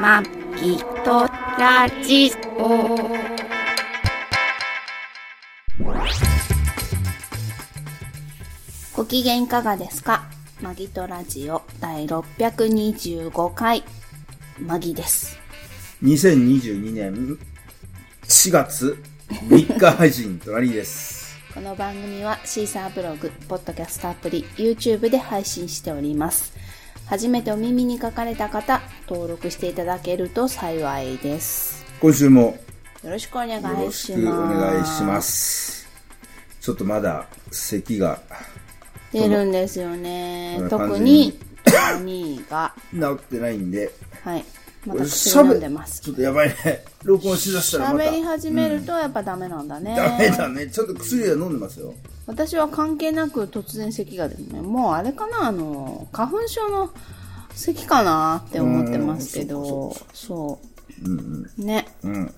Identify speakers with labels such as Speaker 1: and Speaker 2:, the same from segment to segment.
Speaker 1: まきとラジオ。ご機嫌いかがですかマギトラジオ第625回、マギです。
Speaker 2: 2022年4月3日配信、トラリーです。
Speaker 1: この番組はシーサーブログ、ポッドキャストアプリ、YouTube で配信しております。初めてお耳に書かれた方、登録していただけると幸いです。
Speaker 2: 今週も
Speaker 1: よろしくお願いし
Speaker 2: よ
Speaker 1: ます。
Speaker 2: ろしくお願いします。ちょっとまだ咳が
Speaker 1: 出るんですよね
Speaker 2: こ。んな感
Speaker 1: 特
Speaker 2: じ
Speaker 1: に
Speaker 2: に、
Speaker 1: 兄が、
Speaker 2: 治ってないんで、
Speaker 1: はい。ま
Speaker 2: これ
Speaker 1: た薬飲んでま
Speaker 2: ち
Speaker 1: す
Speaker 2: ょ。っとやばいね。録音しだしたらまた
Speaker 1: 喋。り始めるとやっぱダメなんだね。
Speaker 2: ダメだね。ちょっと薬は飲んでますよ。
Speaker 1: 私は関係なく突然咳が出るね。もうあれかな、あの、花粉症の咳かなって思ってますけど、そう。ね。
Speaker 2: うん。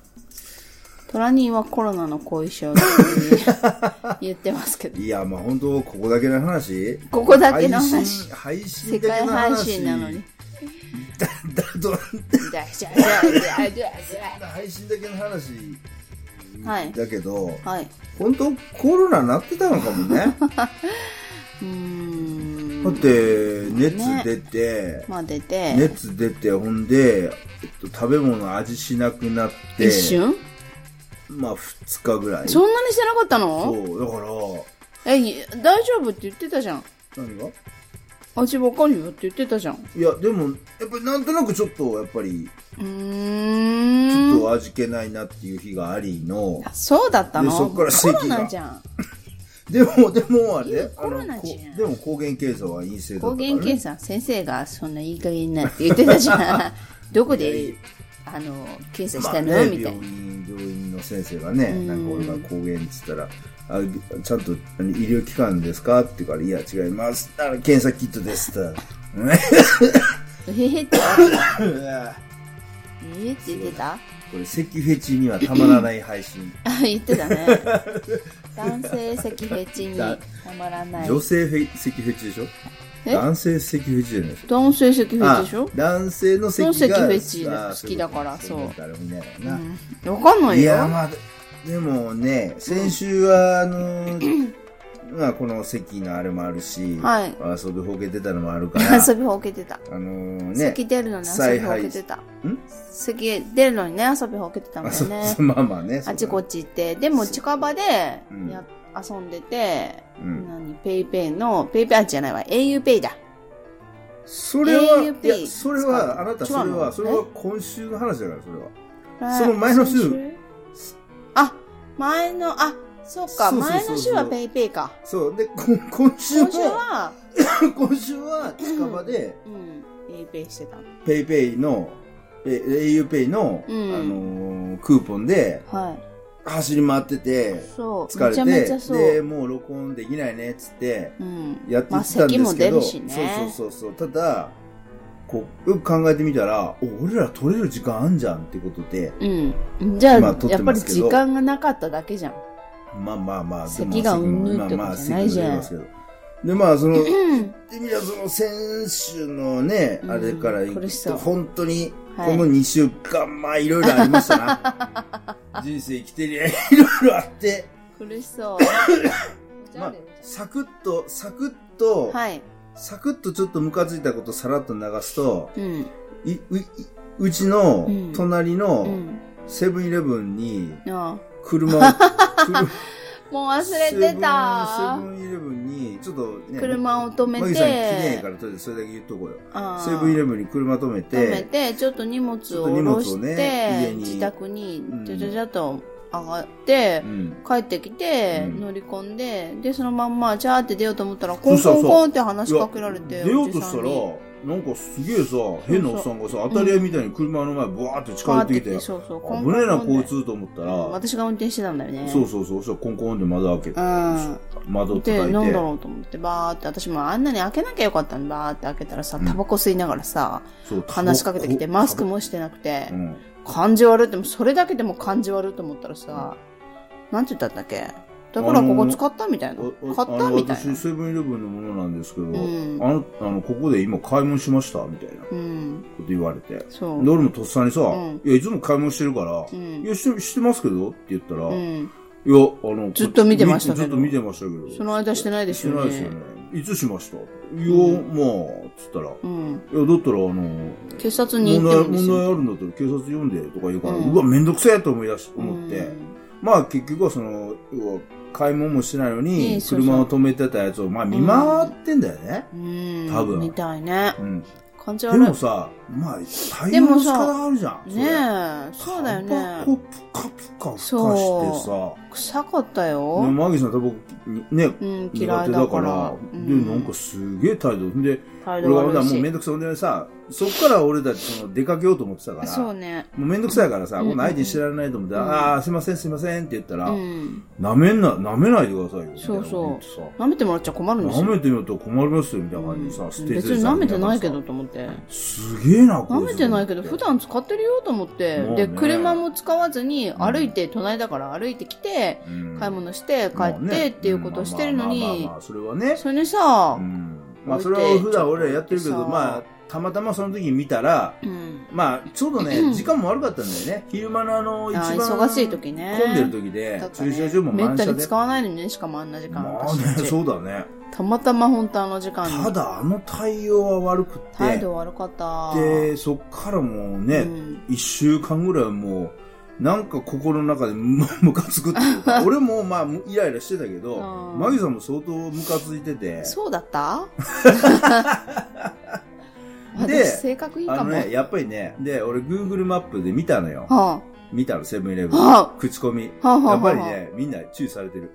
Speaker 1: トラニーはコロナの後遺症だって言ってますけど。
Speaker 2: いや、まあ本当ここだけの話
Speaker 1: ここだけの話。
Speaker 2: 配信、
Speaker 1: 世
Speaker 2: 配信的
Speaker 1: 界
Speaker 2: な話。
Speaker 1: 配信なのに。
Speaker 2: だ。だと、
Speaker 1: じゃあじゃあじゃあじゃあじゃあじゃ
Speaker 2: 配信だけの話
Speaker 1: あはい。
Speaker 2: だけど、
Speaker 1: はい。
Speaker 2: 本当コロナなってたのかも ね。
Speaker 1: うーん。
Speaker 2: だって熱出て、
Speaker 1: まあ出て、
Speaker 2: 熱出てほんで、えっと、食べ物味しなくなって
Speaker 1: 一瞬
Speaker 2: まあ2日ぐらい
Speaker 1: そんなにしてなかったの
Speaker 2: そうだから
Speaker 1: え、い大丈夫って言ってたじゃん。
Speaker 2: 何が
Speaker 1: あちばかるよって言ってたじゃん。う
Speaker 2: いやでもやっぱりなんとなくちょっとやっぱりち
Speaker 1: ー
Speaker 2: ょっ
Speaker 1: ん。
Speaker 2: と味気ないなっていう日がありの
Speaker 1: あそうだったの
Speaker 2: でそっから
Speaker 1: コ
Speaker 2: 咳が
Speaker 1: ロナじゃん。
Speaker 2: でもでもあれ
Speaker 1: 今
Speaker 2: あ
Speaker 1: コロナ
Speaker 2: のこ
Speaker 1: じゃん
Speaker 2: でも抗原検査は陰性だった
Speaker 1: 抗
Speaker 2: から、ね、
Speaker 1: 原検査、先生がそんないい加減なって言ってたじ ゃん。どこ
Speaker 2: い
Speaker 1: で
Speaker 2: やい、
Speaker 1: あの、検査し
Speaker 2: ま
Speaker 1: た
Speaker 2: あ
Speaker 1: の、
Speaker 2: ね、
Speaker 1: みたいな
Speaker 2: 病。院病院の先生がね、
Speaker 1: ん
Speaker 2: なんか俺が抗原っつったら、あちゃんと何医療機関ですかって言うから、いや、違います、あの検査キットですって 言った
Speaker 1: えへへって、
Speaker 2: ら、ねうわ
Speaker 1: えへって言ってた
Speaker 2: これ、咳フェチにはたまらない配信、
Speaker 1: あ、言ってた ね。男性咳フェチにたまらない。
Speaker 2: 女性フェ咳フェチでしょ、
Speaker 1: え
Speaker 2: 男性咳フェチじゃないでしょ。
Speaker 1: 男性咳フェチでしょ
Speaker 2: あ男性の
Speaker 1: の
Speaker 2: 咳
Speaker 1: 咳
Speaker 2: が
Speaker 1: フェチ
Speaker 2: あ
Speaker 1: 好きだから
Speaker 2: いこと誰もいないからな、
Speaker 1: うんわかんない
Speaker 2: い
Speaker 1: よ。
Speaker 2: やまあでもね先週はあのまあこの席のあれもあるし、
Speaker 1: はい
Speaker 2: 遊びほけてたのもあるから
Speaker 1: 遊びほうけてた。
Speaker 2: あのね
Speaker 1: 咳出るのに遊びほうけてた。
Speaker 2: ん
Speaker 1: 咳出るのにね、遊びほうけてたん
Speaker 2: あ
Speaker 1: だ
Speaker 2: そ
Speaker 1: よ
Speaker 2: う
Speaker 1: ね
Speaker 2: そ。うまあまあね
Speaker 1: あちこ
Speaker 2: ち
Speaker 1: ち行って。でも近場で
Speaker 2: うん
Speaker 1: や、遊んでて、
Speaker 2: うん
Speaker 1: 何、ペイペイの、ペイペイじゃないわ、auPay だ。
Speaker 2: それは
Speaker 1: AUP
Speaker 2: いやそれはあなた
Speaker 1: 使
Speaker 2: そうれ
Speaker 1: の
Speaker 2: はそれは今週の話だからそれは
Speaker 1: そ
Speaker 2: の前の週
Speaker 1: あ、前の、あ、そうか、
Speaker 2: そうそうそう
Speaker 1: 前
Speaker 2: そう
Speaker 1: の週はペイペイか。
Speaker 2: そうでこ今週
Speaker 1: 今週
Speaker 2: は
Speaker 1: は、
Speaker 2: 今週は近場で
Speaker 1: うん、ペイペイしてたの。
Speaker 2: ペイペイのえ auPay の、
Speaker 1: うん
Speaker 2: あのークーポンで
Speaker 1: はい。
Speaker 2: 走り回ってて
Speaker 1: そう、
Speaker 2: 疲
Speaker 1: めちゃ
Speaker 2: れ
Speaker 1: めちゃ
Speaker 2: て
Speaker 1: そう。
Speaker 2: でもう録音できないねっつって
Speaker 1: うん。
Speaker 2: やっていったんですけど、
Speaker 1: まあ、咳も出るしね。
Speaker 2: そうそうそうそうただこうよく考えてみたらお俺ら取れる時間あんじゃんってことで
Speaker 1: うん。じゃあ、
Speaker 2: まあ撮っ
Speaker 1: やってぱ
Speaker 2: ま
Speaker 1: り
Speaker 2: すけど
Speaker 1: 時間がなかっただ けじゃん。
Speaker 2: まあまあまあでも
Speaker 1: 咳がうんぬんってこと
Speaker 2: まあまあ
Speaker 1: じゃないじゃん
Speaker 2: 咳も出ますけどでまあその言っ
Speaker 1: うん。
Speaker 2: てみたらその先週のね
Speaker 1: うん
Speaker 2: あれからい
Speaker 1: 苦し
Speaker 2: く
Speaker 1: そう
Speaker 2: と本当に
Speaker 1: はい
Speaker 2: この2週間、まあいろいろありましたな 人生生きてりゃいろいろあって
Speaker 1: 苦しそう。
Speaker 2: まあサクッとサクッと、
Speaker 1: はい。
Speaker 2: サクッとちょっとムカついたことさらっと流すと
Speaker 1: うん。
Speaker 2: いいういうちの
Speaker 1: うん
Speaker 2: 隣
Speaker 1: う
Speaker 2: の
Speaker 1: ん。
Speaker 2: セブンイレブンに
Speaker 1: あ
Speaker 2: 車を、車
Speaker 1: あもう忘れてた
Speaker 2: セ。ブンセブンイレブンにちょっとね
Speaker 1: 車を止めて
Speaker 2: マギさん綺麗からとりあえずそれだけ言っとこうよ
Speaker 1: ああ
Speaker 2: セブンイレブンに車止めて
Speaker 1: 止めて、ちょっと荷物を
Speaker 2: ちょっと
Speaker 1: 下
Speaker 2: 荷物
Speaker 1: ろ
Speaker 2: を
Speaker 1: して、
Speaker 2: ね家に
Speaker 1: 自宅に
Speaker 2: う、ん
Speaker 1: ちゃちゃちゃっと上がって
Speaker 2: う、ん
Speaker 1: 帰ってきて、
Speaker 2: うん
Speaker 1: 乗り込んで、で、そのまんま、じゃーって出ようと思ったら、コ
Speaker 2: そう
Speaker 1: ン
Speaker 2: そう
Speaker 1: コ
Speaker 2: そ
Speaker 1: ン
Speaker 2: う
Speaker 1: コンって話しかけられて、
Speaker 2: いや出よ
Speaker 1: お
Speaker 2: うと
Speaker 1: じ
Speaker 2: し
Speaker 1: さ
Speaker 2: た
Speaker 1: ん
Speaker 2: ら
Speaker 1: に
Speaker 2: なんかすげえさ変なおっさんがさ当たり合いみたいに車の前ブワーって近
Speaker 1: パー
Speaker 2: 寄
Speaker 1: っ
Speaker 2: ってて
Speaker 1: 来
Speaker 2: き
Speaker 1: て、
Speaker 2: て
Speaker 1: そうそう、コンコ
Speaker 2: 危
Speaker 1: ン
Speaker 2: ねえな
Speaker 1: コン
Speaker 2: こ
Speaker 1: で
Speaker 2: いつと思った
Speaker 1: う
Speaker 2: ら、
Speaker 1: ん私が運転してたんだよね。
Speaker 2: そうそうそうそしたらコンコンで窓開けて
Speaker 1: うん。で、
Speaker 2: 窓叩いて
Speaker 1: なんだろうと思って、バーって、私もあんなに開けなきゃよかったのに、バーって開けたらさ、タバコ吸いながらさ、
Speaker 2: そう
Speaker 1: 話しかけてきて、
Speaker 2: こ
Speaker 1: マスクもしてなくて
Speaker 2: う、ん
Speaker 1: 感じ悪いって、もうそれだけでも感じ悪いと思ったらさ、なんて言ったんだっけだからここ使ったみたいな。
Speaker 2: おお
Speaker 1: 買っ
Speaker 2: あ
Speaker 1: た
Speaker 2: の
Speaker 1: みたいな
Speaker 2: 私。セブンイレブンのものなんですけど、
Speaker 1: ん
Speaker 2: あのあのここで今買い物しましたみたいな
Speaker 1: うん。うん。
Speaker 2: こと言われて。
Speaker 1: そう。
Speaker 2: で、俺もとっさにさ、
Speaker 1: うん
Speaker 2: いや、いつも買い物してるから、
Speaker 1: ん
Speaker 2: いやして、してますけどって言ったら、
Speaker 1: う
Speaker 2: いや、
Speaker 1: ん。
Speaker 2: あの、
Speaker 1: ずっと見てましたけど
Speaker 2: ずっと見てましたけど。
Speaker 1: その間してないですよね
Speaker 2: してないですよね。いつしましたいや、まあ、つったら、
Speaker 1: うん。
Speaker 2: いや、だったら、あの、
Speaker 1: 警察に
Speaker 2: 問
Speaker 1: 行ってる
Speaker 2: 題
Speaker 1: んです
Speaker 2: 問題
Speaker 1: よ。
Speaker 2: あるんだったら警察呼んでとか言うから、う
Speaker 1: うん
Speaker 2: わ、めんどくせえと思い出し、思って、
Speaker 1: うん
Speaker 2: まあ結局はその、要は買い物もしてないの
Speaker 1: え
Speaker 2: に
Speaker 1: え、そうそう
Speaker 2: 車を止めてたやつを、まあ見回ってんだよね。
Speaker 1: うん。
Speaker 2: 多分
Speaker 1: みたいね。
Speaker 2: うん。
Speaker 1: 感じ
Speaker 2: で
Speaker 1: 悪い。ね
Speaker 2: もさ、まあ、対
Speaker 1: で
Speaker 2: 応の
Speaker 1: も
Speaker 2: 仕
Speaker 1: さ
Speaker 2: 方あるじゃん。それ
Speaker 1: え、そうだよ
Speaker 2: タバコ
Speaker 1: ね。
Speaker 2: プカプカふかしてさ
Speaker 1: そ、臭かった
Speaker 2: ね
Speaker 1: よ。
Speaker 2: マギさんタバコね、
Speaker 1: うん、
Speaker 2: 苦手
Speaker 1: 嫌い
Speaker 2: だ
Speaker 1: だ
Speaker 2: か
Speaker 1: からら。、
Speaker 2: で、なんかすげえ態度。で、
Speaker 1: 態
Speaker 2: 俺
Speaker 1: 度
Speaker 2: はも
Speaker 1: 悪いう
Speaker 2: め
Speaker 1: し
Speaker 2: んどくさい。ほんでさ、そっから俺たちその出かけようと思ってたから、
Speaker 1: そうね。
Speaker 2: もうめんどくさいからさ、
Speaker 1: うん
Speaker 2: この相手に知られないと思って、
Speaker 1: うん
Speaker 2: ああ、すいません、すいませんって言ったら、
Speaker 1: うん。
Speaker 2: 舐めんな、舐めないでくださいよ。みたいなこと言ってさ
Speaker 1: 舐めてもらっちゃ困るんですよ。
Speaker 2: 舐めてみると困りますよ、みたいな感じでさ、
Speaker 1: うん
Speaker 2: テージ
Speaker 1: 別
Speaker 2: で
Speaker 1: に
Speaker 2: さ
Speaker 1: 舐めてないけ。
Speaker 2: み
Speaker 1: ど
Speaker 2: んさ
Speaker 1: と思って。
Speaker 2: すげえな、こ
Speaker 1: 舐めてないけど、
Speaker 2: と
Speaker 1: 普
Speaker 2: 思って
Speaker 1: 段使ってるよと思って。
Speaker 2: まあね
Speaker 1: で、車も使わずに、
Speaker 2: ん
Speaker 1: 歩いて、隣だから歩いてきて、
Speaker 2: うん
Speaker 1: 買い物して、帰
Speaker 2: まあ
Speaker 1: って
Speaker 2: ね
Speaker 1: っていうことをしてるの
Speaker 2: まあまあまあ
Speaker 1: に
Speaker 2: ま、あ、それはね。
Speaker 1: それにさ
Speaker 2: う、んまあ、そ
Speaker 1: 置い
Speaker 2: れ
Speaker 1: て
Speaker 2: は普段俺らやってるけ
Speaker 1: ちょっ
Speaker 2: ど、
Speaker 1: とさ
Speaker 2: まあ、たまたまその時に見たら、
Speaker 1: うん。
Speaker 2: まあ、ちょうどね、時間も悪かったんだよね。昼間のあの、一
Speaker 1: あ
Speaker 2: 番
Speaker 1: ー忙しい時ね。
Speaker 2: 混んでる時で
Speaker 1: だ、から
Speaker 2: 駐
Speaker 1: ね
Speaker 2: 車場も
Speaker 1: めっ
Speaker 2: 満
Speaker 1: た
Speaker 2: 車
Speaker 1: に
Speaker 2: で
Speaker 1: 使。わないのにね、しかもあんな時間。
Speaker 2: まあ
Speaker 1: 私
Speaker 2: ね
Speaker 1: た、ち
Speaker 2: そうだね。
Speaker 1: たまたま本当あの時間に。
Speaker 2: ただ、あの対応は悪くて。
Speaker 1: 態度悪かった。
Speaker 2: で、そっからもう
Speaker 1: う
Speaker 2: ね、
Speaker 1: ん
Speaker 2: 一、週間ぐらいはもう、なんか心の中で むムカつくっていう か、俺もまあむイライラしてたけど、
Speaker 1: うん
Speaker 2: マギさんも相当ムカついてて、
Speaker 1: そうだった
Speaker 2: で
Speaker 1: 私性格いい
Speaker 2: あ
Speaker 1: か
Speaker 2: の
Speaker 1: も。
Speaker 2: ね、やっぱりね、で、俺 Google マップで見たのよ。
Speaker 1: は
Speaker 2: 見たの、セブンイレブ
Speaker 1: あ、
Speaker 2: ン。
Speaker 1: は
Speaker 2: 口コミ。
Speaker 1: あ、はあ、はあ。
Speaker 2: やっぱり。ね、みんな注意されてる。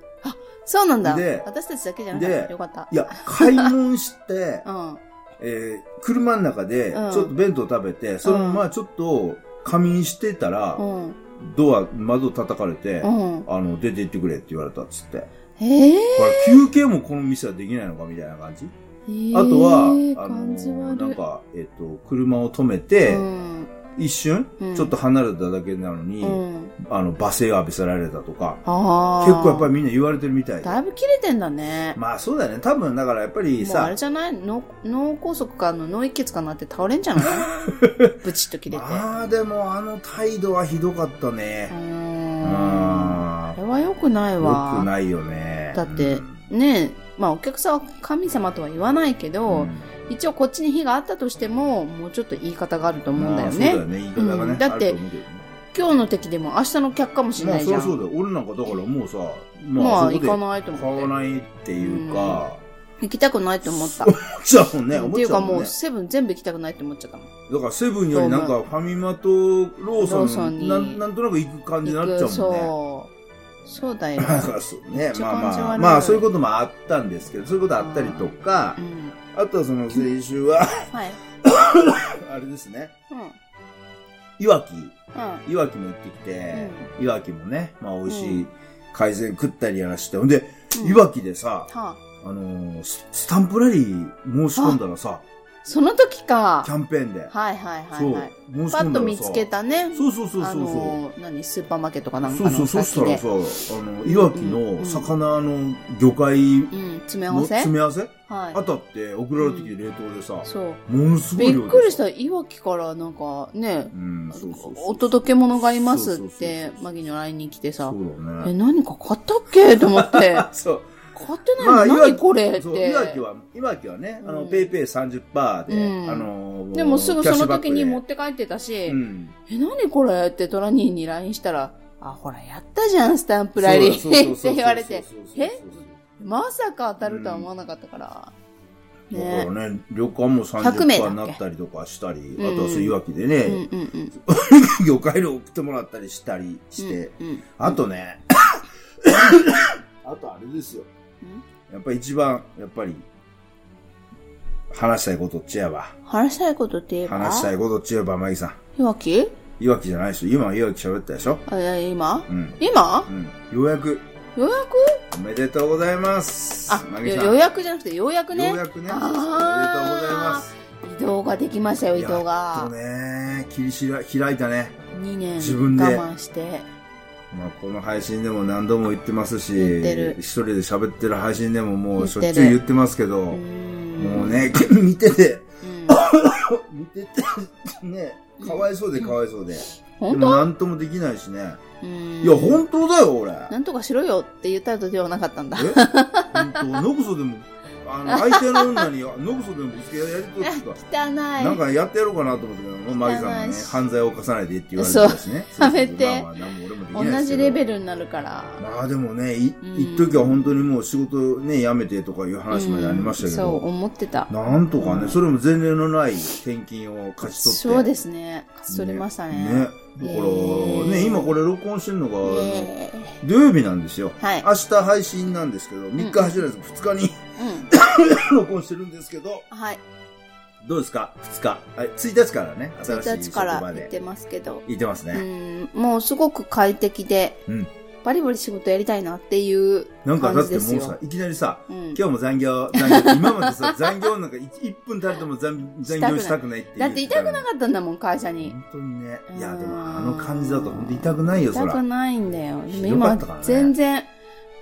Speaker 1: そうなんだ
Speaker 2: で。
Speaker 1: 私たちだけじゃなかった。
Speaker 2: で
Speaker 1: よかった。
Speaker 2: いや、買い物して、
Speaker 1: うん。
Speaker 2: えー車の中で、ち
Speaker 1: うん
Speaker 2: ょっと弁当食べて、そのままちょっと仮眠してたら、
Speaker 1: うん。
Speaker 2: ドア、窓叩かれて、
Speaker 1: うん。
Speaker 2: あの、出て行ってくれって言われたっつって。
Speaker 1: ええ
Speaker 2: これ休憩もこの店はできないのかみたいな感じ、
Speaker 1: ー。
Speaker 2: あとは、あ
Speaker 1: 感じ
Speaker 2: の、なん
Speaker 1: 悪い。
Speaker 2: か、えっと、車を止めて、
Speaker 1: うん。
Speaker 2: 一瞬、
Speaker 1: うん
Speaker 2: ちょっと離れただけなのに、
Speaker 1: うん。
Speaker 2: あの、罵声を浴びせられたとか、
Speaker 1: ああ。
Speaker 2: 結構やっぱりみんな言われてるみたいで。
Speaker 1: だいぶ切れてんだね。
Speaker 2: まあそうだよね。多分、だからやっぱり
Speaker 1: もうあ
Speaker 2: さ
Speaker 1: れ、じゃない脳脳梗塞かの脳一血かなって倒れんじゃ ないブチッと切れて。う
Speaker 2: まあでもあの態度はひどかったね。う
Speaker 1: ーん。
Speaker 2: ん
Speaker 1: あ。れは良くないわ。
Speaker 2: よくないよね。
Speaker 1: だってねえ、まあお客さんは神様とは言わないけ
Speaker 2: う
Speaker 1: ど、
Speaker 2: ん
Speaker 1: 一応こっちに火があったとしても、もうちょっと言い方があると思うんだよ
Speaker 2: まあ
Speaker 1: ね。
Speaker 2: そうだよね。言い方がね。
Speaker 1: うんだって
Speaker 2: あると思うけどね
Speaker 1: 今日の敵でも明日の客かもしれ
Speaker 2: ま
Speaker 1: な
Speaker 2: あ
Speaker 1: い
Speaker 2: そ
Speaker 1: じ
Speaker 2: り
Speaker 1: ゃ。
Speaker 2: ゃそうんだよ。俺なんかだからもうさ、
Speaker 1: ま
Speaker 2: ま
Speaker 1: あ
Speaker 2: あそ
Speaker 1: 行
Speaker 2: こで
Speaker 1: かないと
Speaker 2: 買
Speaker 1: 思
Speaker 2: わ
Speaker 1: って。
Speaker 2: ないっていうか、
Speaker 1: 行きたくないと思った。
Speaker 2: じゃあもんね、
Speaker 1: うん
Speaker 2: 思
Speaker 1: っ
Speaker 2: って
Speaker 1: い
Speaker 2: ち
Speaker 1: う
Speaker 2: ゃ
Speaker 1: か
Speaker 2: うも
Speaker 1: も
Speaker 2: ん
Speaker 1: う
Speaker 2: ね。
Speaker 1: セブン全部行きたくないと思っちゃったもん。
Speaker 2: だからセブンよりなんかファミマとロ
Speaker 1: ロ
Speaker 2: ー
Speaker 1: ー
Speaker 2: ソ
Speaker 1: ソ
Speaker 2: ン
Speaker 1: ン
Speaker 2: に
Speaker 1: に
Speaker 2: なんなんとなく行く感じになっちゃう
Speaker 1: 行く
Speaker 2: もんね。
Speaker 1: そう。そうだよ。
Speaker 2: だからそうね、まあ
Speaker 1: めっちゃ感じ
Speaker 2: まあ、
Speaker 1: 悪い
Speaker 2: まあそういうこともあったんですけど、そういうことあったりとか
Speaker 1: う、ん。
Speaker 2: あとはその先週は、
Speaker 1: はい。
Speaker 2: あれですね、
Speaker 1: うん。うん。
Speaker 2: いわき、いわきも行ってきて、いわきもね、まあ美味し
Speaker 1: う
Speaker 2: い海鮮食ったりやらして、ほんで、
Speaker 1: うん
Speaker 2: いわきでさ、
Speaker 1: はあ、
Speaker 2: あのース、スタンプラリー申し込んだらさ、
Speaker 1: その時か
Speaker 2: キ。ャンペーンで。
Speaker 1: はいはいはい
Speaker 2: そう
Speaker 1: はい。、
Speaker 2: 申し
Speaker 1: パ
Speaker 2: 込
Speaker 1: ッと
Speaker 2: んだら
Speaker 1: 見
Speaker 2: さ
Speaker 1: つけたね。
Speaker 2: そうそうそうそう
Speaker 1: あ
Speaker 2: そう。
Speaker 1: のー何スーパーマーケットかなん
Speaker 2: そ
Speaker 1: か
Speaker 2: うそう、
Speaker 1: の
Speaker 2: そした
Speaker 1: 先
Speaker 2: ら
Speaker 1: で
Speaker 2: さ、あの、いわき
Speaker 1: うんう
Speaker 2: の
Speaker 1: ん
Speaker 2: 魚の魚介
Speaker 1: うん詰め合
Speaker 2: の
Speaker 1: わせ
Speaker 2: 詰め合わせ
Speaker 1: は
Speaker 2: 当たって送られてきて冷凍でさ
Speaker 1: い、そう
Speaker 2: ものすごい
Speaker 1: びっ
Speaker 2: 量で
Speaker 1: くりしたいわきからなんかね
Speaker 2: うん、そうそうそう。
Speaker 1: お届け物がいますっ
Speaker 2: そうそう
Speaker 1: て
Speaker 2: そう
Speaker 1: マギの LINE に来てさ
Speaker 2: そうだ
Speaker 1: え
Speaker 2: ね。
Speaker 1: 何か買ったっけと思 って
Speaker 2: そう。
Speaker 1: 買ってないの、
Speaker 2: まあ、いわ
Speaker 1: 何
Speaker 2: き、
Speaker 1: これっ
Speaker 2: そう
Speaker 1: て
Speaker 2: いわきは、いわきはね、あの、
Speaker 1: うん
Speaker 2: ペイペイ30%で、
Speaker 1: うん
Speaker 2: あのー、
Speaker 1: でもすぐその時に持ってて帰ってたし、
Speaker 2: うん。
Speaker 1: え何これってトラニーに LINE したらあほらやったじゃんスタンプラリーって言われてえまさか当たるとは思わなかったから、
Speaker 2: だ
Speaker 1: ね
Speaker 2: からね、旅館も
Speaker 1: 100名だっ
Speaker 2: 30%
Speaker 1: け
Speaker 2: になったりとかしたり、あ
Speaker 1: うん
Speaker 2: とはそういうわけで
Speaker 1: うん
Speaker 2: ね、
Speaker 1: うんうん
Speaker 2: 魚介類送ってもらったりしたりして、
Speaker 1: うんうん
Speaker 2: あとね、 あとあれですよ。やっぱり一番、やっぱり、話したいことっちゃえば、
Speaker 1: 話したいことって言えば
Speaker 2: 話したいことっちゃえば、マギさん。
Speaker 1: いわき
Speaker 2: いわきじゃないでしょ。今はいわき喋ったでしょ。
Speaker 1: あいや今
Speaker 2: うん。
Speaker 1: 今
Speaker 2: うん。ようやく、
Speaker 1: 予約
Speaker 2: おめでとうございます。
Speaker 1: あ
Speaker 2: マギさん。
Speaker 1: よ予約じゃなくてようやくね
Speaker 2: ようやくね。おめでとうございま
Speaker 1: あ
Speaker 2: す。
Speaker 1: 移動ができましたよ移動
Speaker 2: やっ
Speaker 1: が
Speaker 2: とね、切りしら開いたね。
Speaker 1: 2年
Speaker 2: 自分で
Speaker 1: 我慢して
Speaker 2: まあ、この配信でも何度も言ってますし、
Speaker 1: 言ってる
Speaker 2: 一人で喋ってる配信でももう
Speaker 1: 言っ
Speaker 2: してょ
Speaker 1: る
Speaker 2: っちゅう言ってますけど、
Speaker 1: うーん
Speaker 2: もうね、見てて、
Speaker 1: うん
Speaker 2: 見てて、ね、かわいそうでかわいそうで。で
Speaker 1: 本
Speaker 2: も
Speaker 1: 当
Speaker 2: なんともできないしね。
Speaker 1: うん
Speaker 2: いや、本当だよ、俺。
Speaker 1: なんとかしろよって言ったとではなかったんだ。
Speaker 2: え本当、ノグソでも、あ の、相手の女に、ノグソでもぶつけやりとってた。
Speaker 1: 汚い。
Speaker 2: なんかやってやろうかなと思ったけど、まあマギさんが
Speaker 1: 汚い
Speaker 2: ね、
Speaker 1: し
Speaker 2: 犯罪を犯さないでって言われてたしね。
Speaker 1: そうやめて
Speaker 2: そうそうまあまあ何も俺もできない
Speaker 1: 同
Speaker 2: ですけ
Speaker 1: じ
Speaker 2: ど
Speaker 1: レベルになるから。
Speaker 2: まあでもね、い
Speaker 1: うん
Speaker 2: 一時は本当にもう仕事ね、辞めてとかいう話までありましたけ
Speaker 1: うんそう
Speaker 2: ど、
Speaker 1: 思ってた。
Speaker 2: なんとかね、それも前例のない転勤を勝ち取って。
Speaker 1: そうですね。勝ち取りましたね。
Speaker 2: ね。だから、ね、今これ録音してるのが、
Speaker 1: ええ
Speaker 2: 土曜日なんですよ。
Speaker 1: はい。
Speaker 2: 明日配信なんですけど、3日走らず2日に 録音してるんですけど、
Speaker 1: うん。はい。
Speaker 2: どうですか ?2 日。はい、1日からね、新しい
Speaker 1: 1日
Speaker 2: 職
Speaker 1: から
Speaker 2: 場
Speaker 1: 行って
Speaker 2: で。
Speaker 1: ますけど。
Speaker 2: 行ってます
Speaker 1: う
Speaker 2: ね。
Speaker 1: ん、もうすごく快適で、
Speaker 2: うん
Speaker 1: バリバリ仕事やりたいなっていう
Speaker 2: なんか
Speaker 1: 感
Speaker 2: だっ
Speaker 1: じで
Speaker 2: てもう
Speaker 1: すよ。
Speaker 2: さ、いきなりさ、
Speaker 1: うん、
Speaker 2: 今日も残業、残業、今ま でさ、残業なんか 1, 分たりとも残残業したくないっていう。
Speaker 1: だって痛くなかったんだもん、会社に。
Speaker 2: 本当にね。いや、
Speaker 1: うん
Speaker 2: でもあの感じだと本当痛くないよ、そ
Speaker 1: 痛く
Speaker 2: ら。
Speaker 1: ないんだよ。
Speaker 2: ひどか
Speaker 1: 今
Speaker 2: ったからね、
Speaker 1: 全然、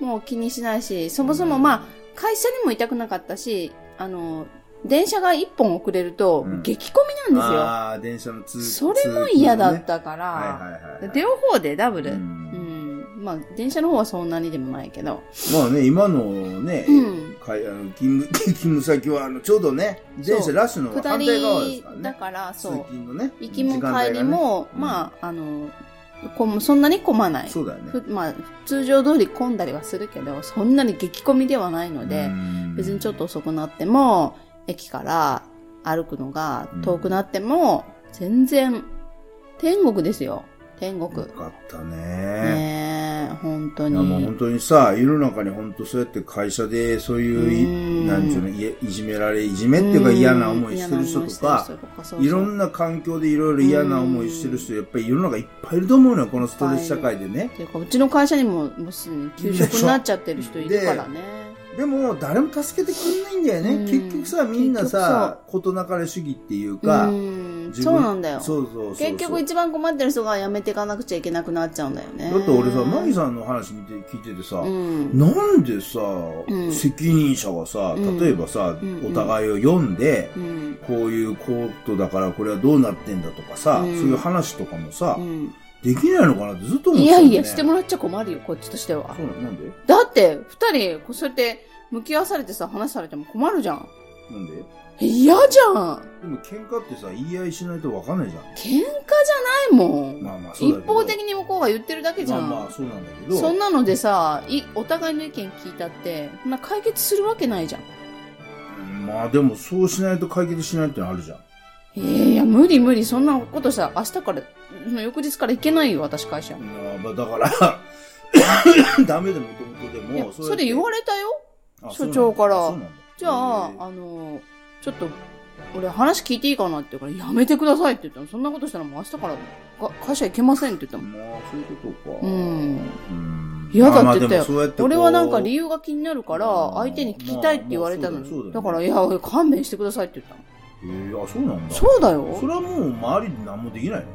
Speaker 1: もう気にしないし、そもそもまあ、会社にも痛くなかったし、あの、電車が一本遅れると
Speaker 2: うん、
Speaker 1: 激混みなんですよ。
Speaker 2: ああ、電車の通
Speaker 1: それも嫌だっ
Speaker 2: 通
Speaker 1: たか
Speaker 2: 勤のね
Speaker 1: ら、
Speaker 2: はいはいはいはい。
Speaker 1: 両方でダブル。
Speaker 2: う
Speaker 1: うんん。まあ、電車の方はそんなにでもないけど。
Speaker 2: まあね、今のね、
Speaker 1: うん
Speaker 2: かいあの勤務 勤務先はあのちょうどね、電車ラッシュの
Speaker 1: 下
Speaker 2: 反対側です
Speaker 1: り
Speaker 2: から
Speaker 1: だ
Speaker 2: ね。
Speaker 1: から、
Speaker 2: 通
Speaker 1: そう。
Speaker 2: 勤のね、
Speaker 1: 行きも
Speaker 2: 時間帯が
Speaker 1: 帰
Speaker 2: ね
Speaker 1: りも、
Speaker 2: うん
Speaker 1: まあ、あの、こうそんなに混まない。
Speaker 2: そうだよね
Speaker 1: ふ。まあ、通常通り混んだりはするけど、そんなに激混みではないので、
Speaker 2: うん
Speaker 1: 別にちょっと遅くなっても、駅から歩くのが遠くなっても、全然、天国ですよ。天
Speaker 2: よ
Speaker 1: 国。
Speaker 2: かった
Speaker 1: ねえ、本当
Speaker 2: いやもう
Speaker 1: に
Speaker 2: 本。当にさ、世の中に本当そうやって会社でそういう
Speaker 1: う
Speaker 2: い、
Speaker 1: ん
Speaker 2: なんちゅうのいえ、いじめられ、いじめっていうか嫌な思いしてる人とか、いろ
Speaker 1: な。
Speaker 2: んな環境でいろいろ嫌な思いしてる人、やっぱり世の中いっぱいいると思うのよ、このストレス社会でね。
Speaker 1: っていうか、うちの会社にも、もうすでに休職になっちゃってる人いるからね。
Speaker 2: でも、誰も助けてくれないんだよね。
Speaker 1: うん
Speaker 2: 結局さ、みんなさ、事なかれ主義っていうか、
Speaker 1: うん、
Speaker 2: 自分
Speaker 1: そうなんだよ。
Speaker 2: そうそうそうそう。
Speaker 1: 結局一番困ってる人が辞めていかなくちゃいけなくなっちゃうんだよね。
Speaker 2: だって俺さ、マギ
Speaker 1: ん。
Speaker 2: さんの話見て聞いててさ、
Speaker 1: うん。
Speaker 2: なんでさ、
Speaker 1: ん
Speaker 2: 責任者がさ、例えばさ、
Speaker 1: うん
Speaker 2: お互いを読んで、
Speaker 1: うん。
Speaker 2: こういうことだからこれはどうなってんだとかさ、
Speaker 1: うん
Speaker 2: そういう話とかもさ、
Speaker 1: うん。
Speaker 2: できないのかなってずっと思っ
Speaker 1: い
Speaker 2: てた
Speaker 1: や
Speaker 2: もんね
Speaker 1: いや、してもらっちゃ困るよ、こっちとしては
Speaker 2: そ。うなのなんで
Speaker 1: だって、二人、こうそうやって、向き合わされてさ、話されても困るじゃん。
Speaker 2: なんで
Speaker 1: え嫌じゃん
Speaker 2: でも喧嘩ってさ、言い合いしないと分かんないじゃん。
Speaker 1: 喧嘩じゃないもん。
Speaker 2: まあまあそうだ
Speaker 1: 一
Speaker 2: けど。
Speaker 1: 方的に向こうが言ってるだけじゃん。
Speaker 2: まあまあそうなんだけど。
Speaker 1: そんなのでさ、いお互いの意見聞いたって、そんな解決するわけないじゃん。
Speaker 2: うんまあでもそうしないと解決しないってのあるじゃん。
Speaker 1: えー、いや、無理無理、そんなことしたら明日から、その翌日から行けないよ、私会社。
Speaker 2: まあまあだから、 ダメでもともとで
Speaker 1: いや
Speaker 2: も、
Speaker 1: それ言われたよ。
Speaker 2: れ
Speaker 1: 所長からじゃあ、
Speaker 2: あ
Speaker 1: あの、ちょっと、俺話聞いていいかなって言うから、やめてくださいって言ったの。そんなことしたらもう明日からが会社行けませんって言った
Speaker 2: そう
Speaker 1: もん。
Speaker 2: なんだへえまあそういうことか。
Speaker 1: うん。
Speaker 2: うん
Speaker 1: 嫌だって言ったよ
Speaker 2: まあまあでもそうやってこう
Speaker 1: 俺はなんか理由が気になるから
Speaker 2: う、ん
Speaker 1: 相手に聞きたいって言われたの
Speaker 2: まあまあそうだよ
Speaker 1: に。
Speaker 2: そ
Speaker 1: だか
Speaker 2: うだよ
Speaker 1: ら、いや、俺勘弁してくださいって言ったの。
Speaker 2: えー、あ、そうなんだ。
Speaker 1: そうだ
Speaker 2: そ
Speaker 1: よ。
Speaker 2: れはもう周りに何もできないね。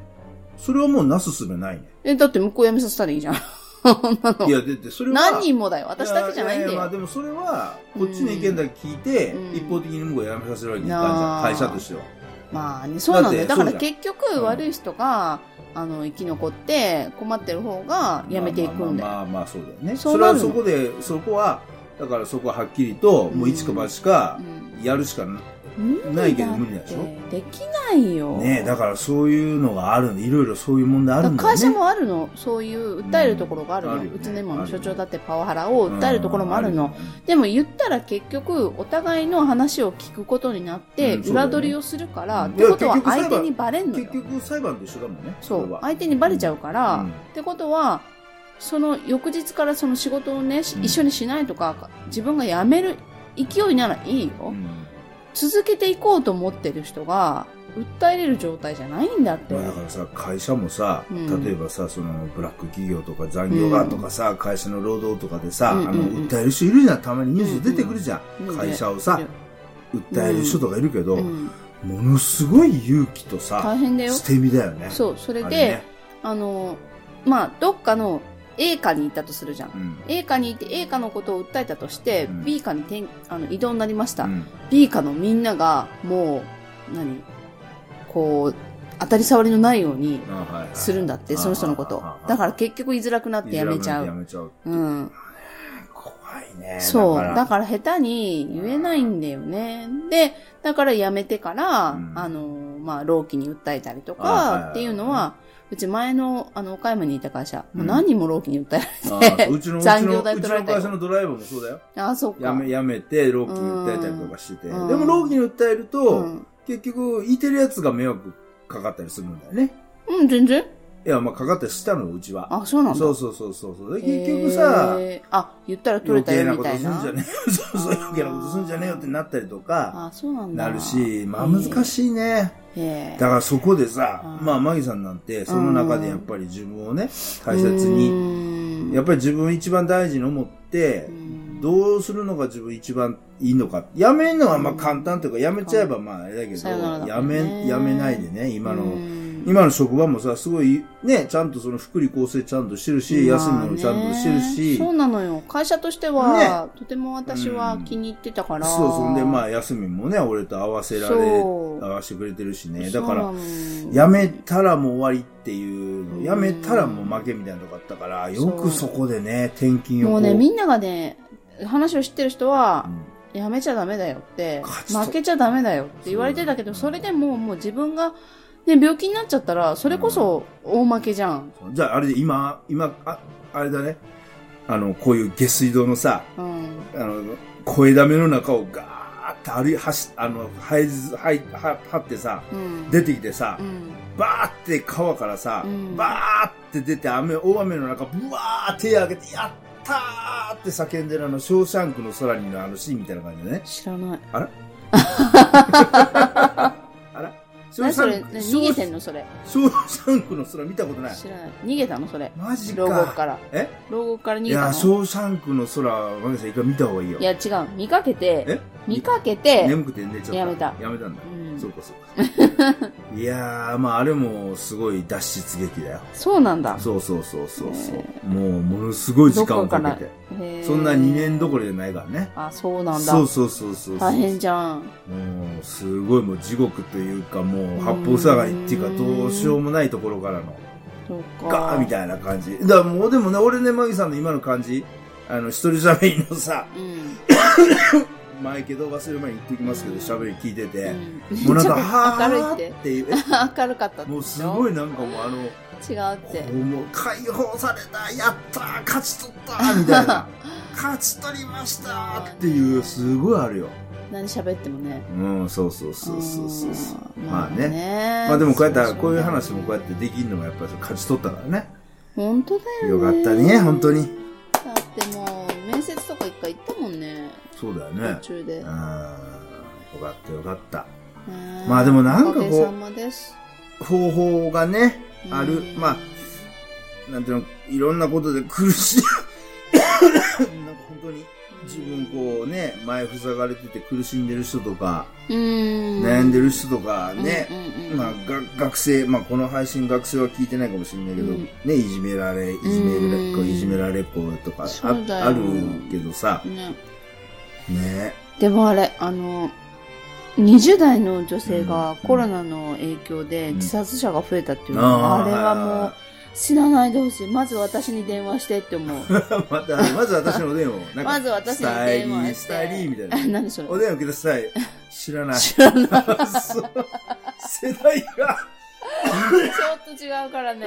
Speaker 2: それはもうなすすべないね。
Speaker 1: え、だって向こう辞めさせたらいいじゃん。
Speaker 2: いや、で、で、それは。
Speaker 1: 何人もだよ。私だけじゃないん
Speaker 2: や
Speaker 1: だ
Speaker 2: やまあ
Speaker 1: よ。
Speaker 2: でもそれは、こっちの意見だけ聞いて、
Speaker 1: うん
Speaker 2: 一方的に向こうやめさせるわけにいかんじゃん。
Speaker 1: あー
Speaker 2: 会社としては。
Speaker 1: まあね、そうなんだよ。
Speaker 2: だ
Speaker 1: だ
Speaker 2: っ
Speaker 1: から
Speaker 2: てそうじゃ
Speaker 1: 結局、悪い人が、あの、生き残って、困ってる方が辞めていくんだよ。
Speaker 2: まあまあまあまあそうだよね。そ
Speaker 1: そう
Speaker 2: れ
Speaker 1: な
Speaker 2: は
Speaker 1: るの
Speaker 2: そこで、そこは、だからそこははっきりと、もう一か八か、やるしかな、
Speaker 1: うん
Speaker 2: ないけど無理でしょ
Speaker 1: だってできないよ。
Speaker 2: ねだからそういうのがあるんで、いろいろそういう問題あるんだよね。
Speaker 1: 会社もあるの、そういう訴えるところがある
Speaker 2: うんあ
Speaker 1: の。
Speaker 2: るよね
Speaker 1: うちの今
Speaker 2: あ
Speaker 1: の
Speaker 2: る
Speaker 1: 所
Speaker 2: よね
Speaker 1: 長だってパワハラを
Speaker 2: うん
Speaker 1: 訴えるところもあるの。。でも言ったら結局、お互いの話を聞くことになって、
Speaker 2: うんそうだよ
Speaker 1: 裏
Speaker 2: ね
Speaker 1: 取りをするから、
Speaker 2: うん
Speaker 1: ってこと
Speaker 2: い
Speaker 1: は
Speaker 2: や結局
Speaker 1: 相手にバレんの
Speaker 2: 結
Speaker 1: よ。
Speaker 2: 局裁判と一緒だもんね。
Speaker 1: そ
Speaker 2: れ
Speaker 1: う
Speaker 2: は。
Speaker 1: 相手にバレちゃうから、
Speaker 2: うん
Speaker 1: ってことは、その翌日からその仕事をね、し
Speaker 2: うん
Speaker 1: 一緒にしないとか、自分が辞める勢いならいいよ。
Speaker 2: うん
Speaker 1: 続けていこうと思ってる人が、訴えれる状態じゃないんだって。
Speaker 2: まあ、だからさ会社もさ、
Speaker 1: うん
Speaker 2: 例えばさそのブラック企業とか残業がとかさ、会社の労働とかでさ、
Speaker 1: うんうん
Speaker 2: あ
Speaker 1: うん
Speaker 2: の訴える人いるじゃんたまにニュース出てくるじゃん、
Speaker 1: うんうん
Speaker 2: 会社をさ
Speaker 1: いる、
Speaker 2: 訴える人とかいるけど、
Speaker 1: うん
Speaker 2: ものすごい勇気とさ
Speaker 1: 大変だよ。
Speaker 2: 捨て身だよね
Speaker 1: そう、それ
Speaker 2: あ
Speaker 1: で、
Speaker 2: ね
Speaker 1: あの、まあ、どっかの A 課にいたとするじゃん
Speaker 2: う。ん
Speaker 1: A 課にいて A 課のことを訴えたとして、
Speaker 2: うん
Speaker 1: B 課に転あの移動になりました、
Speaker 2: うん
Speaker 1: B 課のみんながもう何こう、当たり障りのないように
Speaker 2: あはいはい
Speaker 1: するんだって、その人のこと
Speaker 2: あああ。あ
Speaker 1: だから結局居づらくなってやめちゃ
Speaker 2: や
Speaker 1: う。
Speaker 2: めちゃう。
Speaker 1: うん。
Speaker 2: 怖いね。
Speaker 1: そう。
Speaker 2: ら
Speaker 1: だから下手に言えないんだよね。で、だから辞めてから、
Speaker 2: うん
Speaker 1: あの、まあ、老期に訴えたりと
Speaker 2: あはいはいはい
Speaker 1: かっていうのは、うち前の、あの、岡山にいた会社、
Speaker 2: うん
Speaker 1: もう何人も老期に訴えられ
Speaker 2: あ
Speaker 1: て
Speaker 2: ーうちの、うち
Speaker 1: 残
Speaker 2: の、
Speaker 1: 業
Speaker 2: う
Speaker 1: 代
Speaker 2: ち
Speaker 1: 取られ
Speaker 2: の
Speaker 1: たよ
Speaker 2: 会社のドライバーもそうだよ。
Speaker 1: て、 あ、そっか。
Speaker 2: やめ、やめて、老期に訴えたりとかしてて。で
Speaker 1: うん
Speaker 2: も、老期に訴えると、
Speaker 1: うん、
Speaker 2: 結局、いてるやつが迷惑かかったりするんだよね。
Speaker 1: うん、全然。
Speaker 2: いや、まあ、かかったりしたの、うちは。
Speaker 1: あ、そうなんだ。
Speaker 2: そうそうそうそうそう。で、結局さ、
Speaker 1: へーあ、言ったら取れ
Speaker 2: 余
Speaker 1: た
Speaker 2: 計
Speaker 1: よ
Speaker 2: な
Speaker 1: み
Speaker 2: こと
Speaker 1: た
Speaker 2: すん
Speaker 1: い
Speaker 2: じ
Speaker 1: な。
Speaker 2: ゃねえよ。 そうそう、
Speaker 1: あー
Speaker 2: 余計なことすんじゃねえよってなったりとか、
Speaker 1: あ、そうなんだ。
Speaker 2: なるし、まあ、難しいね。
Speaker 1: い。へー
Speaker 2: だからそこでさ
Speaker 1: あ、ー
Speaker 2: まあ、マギさんなんて、その中でやっぱり自分をね、大切に、やっぱり自分を一番大事に思って、どうするのが自分一番いいのか。やめるのはまあ簡単というか、やめちゃえばまああれだけ
Speaker 1: さよならだ
Speaker 2: ど、
Speaker 1: ね
Speaker 2: やめ、やめないでね、今の、
Speaker 1: 今
Speaker 2: 今の職場もさ、すごい、ね、ちゃんとその福利厚生ちゃんとしてるし、休みもちゃんとしてるし、
Speaker 1: そうなのよ会社としては、とても私は気に入ってたから、
Speaker 2: そう、そんでま
Speaker 1: あ
Speaker 2: あ休みもね、俺と合わせられ、
Speaker 1: そう
Speaker 2: 合わせてくれてるしね、だから、
Speaker 1: や
Speaker 2: やめたらもう終わりっていうう、
Speaker 1: ん
Speaker 2: やめたらもう負けみたいなとこあったから、よくそこでね、転勤を
Speaker 1: も
Speaker 2: こ
Speaker 1: う
Speaker 2: う。
Speaker 1: ねみんながね話を知ってる人は
Speaker 2: う、ん
Speaker 1: やめちゃダメだよって
Speaker 2: 勝ち取っ
Speaker 1: 負けちゃダメだよって言われてたけどそれでももう自分が、ね、病気になっちゃったらそれこそ大負けじゃん、
Speaker 2: じゃああれで今、今、あ、あれだね。あの、こういう下水道のさ、
Speaker 1: うん、
Speaker 2: あの、声だめの中をガーって歩い、走、あの、はいず、はい、は、はってさ、
Speaker 1: うん
Speaker 2: 出てきてさ
Speaker 1: う、ん
Speaker 2: バーって川からさ、
Speaker 1: うん
Speaker 2: バーって出て雨、大雨の中、ブワー手上げて、やったーって叫んでるあの、ショーシャンクの空にのあのシーンみたいな感じだね。
Speaker 1: 知らない
Speaker 2: あらショー
Speaker 1: 何
Speaker 2: シ
Speaker 1: そ
Speaker 2: ャ
Speaker 1: れ
Speaker 2: ンク、
Speaker 1: 逃げてん
Speaker 2: の
Speaker 1: のそれ
Speaker 2: ショーシ ャンクの空見たことない。
Speaker 1: 知らない逃げたのそれ
Speaker 2: マジか。
Speaker 1: 牢獄から
Speaker 2: え
Speaker 1: 牢獄から逃
Speaker 2: い
Speaker 1: げたの
Speaker 2: や、ショーシャンクの空、マギさん一回見た方がいいよ。
Speaker 1: いや違う見かけて
Speaker 2: え
Speaker 1: 見かけて、
Speaker 2: 眠くて寝ちゃった。
Speaker 1: やめた
Speaker 2: やめたんだ
Speaker 1: う。ん
Speaker 2: そうかそう か。いやー、まああれもすごい脱出劇だよ。
Speaker 1: そうなんだ
Speaker 2: そうそうそうそうそう、
Speaker 1: ね
Speaker 2: もうものすごい時間をかけて。
Speaker 1: へー
Speaker 2: そんな2年どころじゃないからね。
Speaker 1: あそうなんだ
Speaker 2: そうそうそうそうそう。
Speaker 1: 大変じゃん
Speaker 2: もうすごいもう地獄というかもう八方塞がりっていうかどうしようもないところからの
Speaker 1: そうか
Speaker 2: ガーみたいな感じ。だからもうでもね、俺ね、マギさんの今の感じ、あの、一人喋りのさ、
Speaker 1: うん
Speaker 2: 前けど忘れる前に言っておきますけど、喋り聞いてて、
Speaker 1: うん
Speaker 2: もうな んか、
Speaker 1: ちょっと
Speaker 2: は
Speaker 1: 明る
Speaker 2: ー
Speaker 1: い
Speaker 2: っ
Speaker 1: って
Speaker 2: ていう、
Speaker 1: 明るかったって
Speaker 2: もうすご
Speaker 1: い
Speaker 2: いなんかもうあの、
Speaker 1: 違うっ
Speaker 2: こ
Speaker 1: て
Speaker 2: うもう解放された、やったー、勝ち取ったー、みたいな。勝ち取りましたーっていう、すごいあるよ。
Speaker 1: 何喋ってもね
Speaker 2: うん、そうそうそうそうそうそう。
Speaker 1: あー
Speaker 2: まあ
Speaker 1: まあ
Speaker 2: ね。
Speaker 1: ね
Speaker 2: まあでもこうやったら、こういう話もこうやってできるのもやっぱり勝ち取ったからね。
Speaker 1: 本当だよ
Speaker 2: よかったね本当に
Speaker 1: だってもう面接とか一回行ったもんね
Speaker 2: そうだよ
Speaker 1: 途
Speaker 2: ね。
Speaker 1: 中で、
Speaker 2: うん。よ
Speaker 1: ね
Speaker 2: かったよかった。
Speaker 1: え
Speaker 2: まあでもなんかこう
Speaker 1: おかげさまです
Speaker 2: 方法がね、ある
Speaker 1: うん
Speaker 2: まあなんていうの、いろんなことで苦しい。なんか本当に自分こうね、前塞がれてて苦しんでる人とか、
Speaker 1: 悩
Speaker 2: 悩んでる人とかね、
Speaker 1: うんうんうん
Speaker 2: まあ、が学生、まあ、この配信学生は聞いてないかもしれないけど、
Speaker 1: うん
Speaker 2: ね、いじめられ、いじめられっ子、
Speaker 1: うん
Speaker 2: いじめられっ子とかあ
Speaker 1: そうだよ
Speaker 2: あるけどさ、
Speaker 1: ね、
Speaker 2: ね。
Speaker 1: でもあれあの20代の女性がコロナの影響で
Speaker 2: うん
Speaker 1: 自殺者が増えたっていうの
Speaker 2: あ
Speaker 1: は、
Speaker 2: ー
Speaker 1: あれはもう死なないでほしいまず私に電話してって思う
Speaker 2: また、まず私のお 電話を。なんか
Speaker 1: まず私に電話して
Speaker 2: スタイリー、スタイリーみたいな。
Speaker 1: 何それ
Speaker 2: お電話ください。知らない。
Speaker 1: 知ら ない
Speaker 2: そう世代が、
Speaker 1: ちょっと違うから ね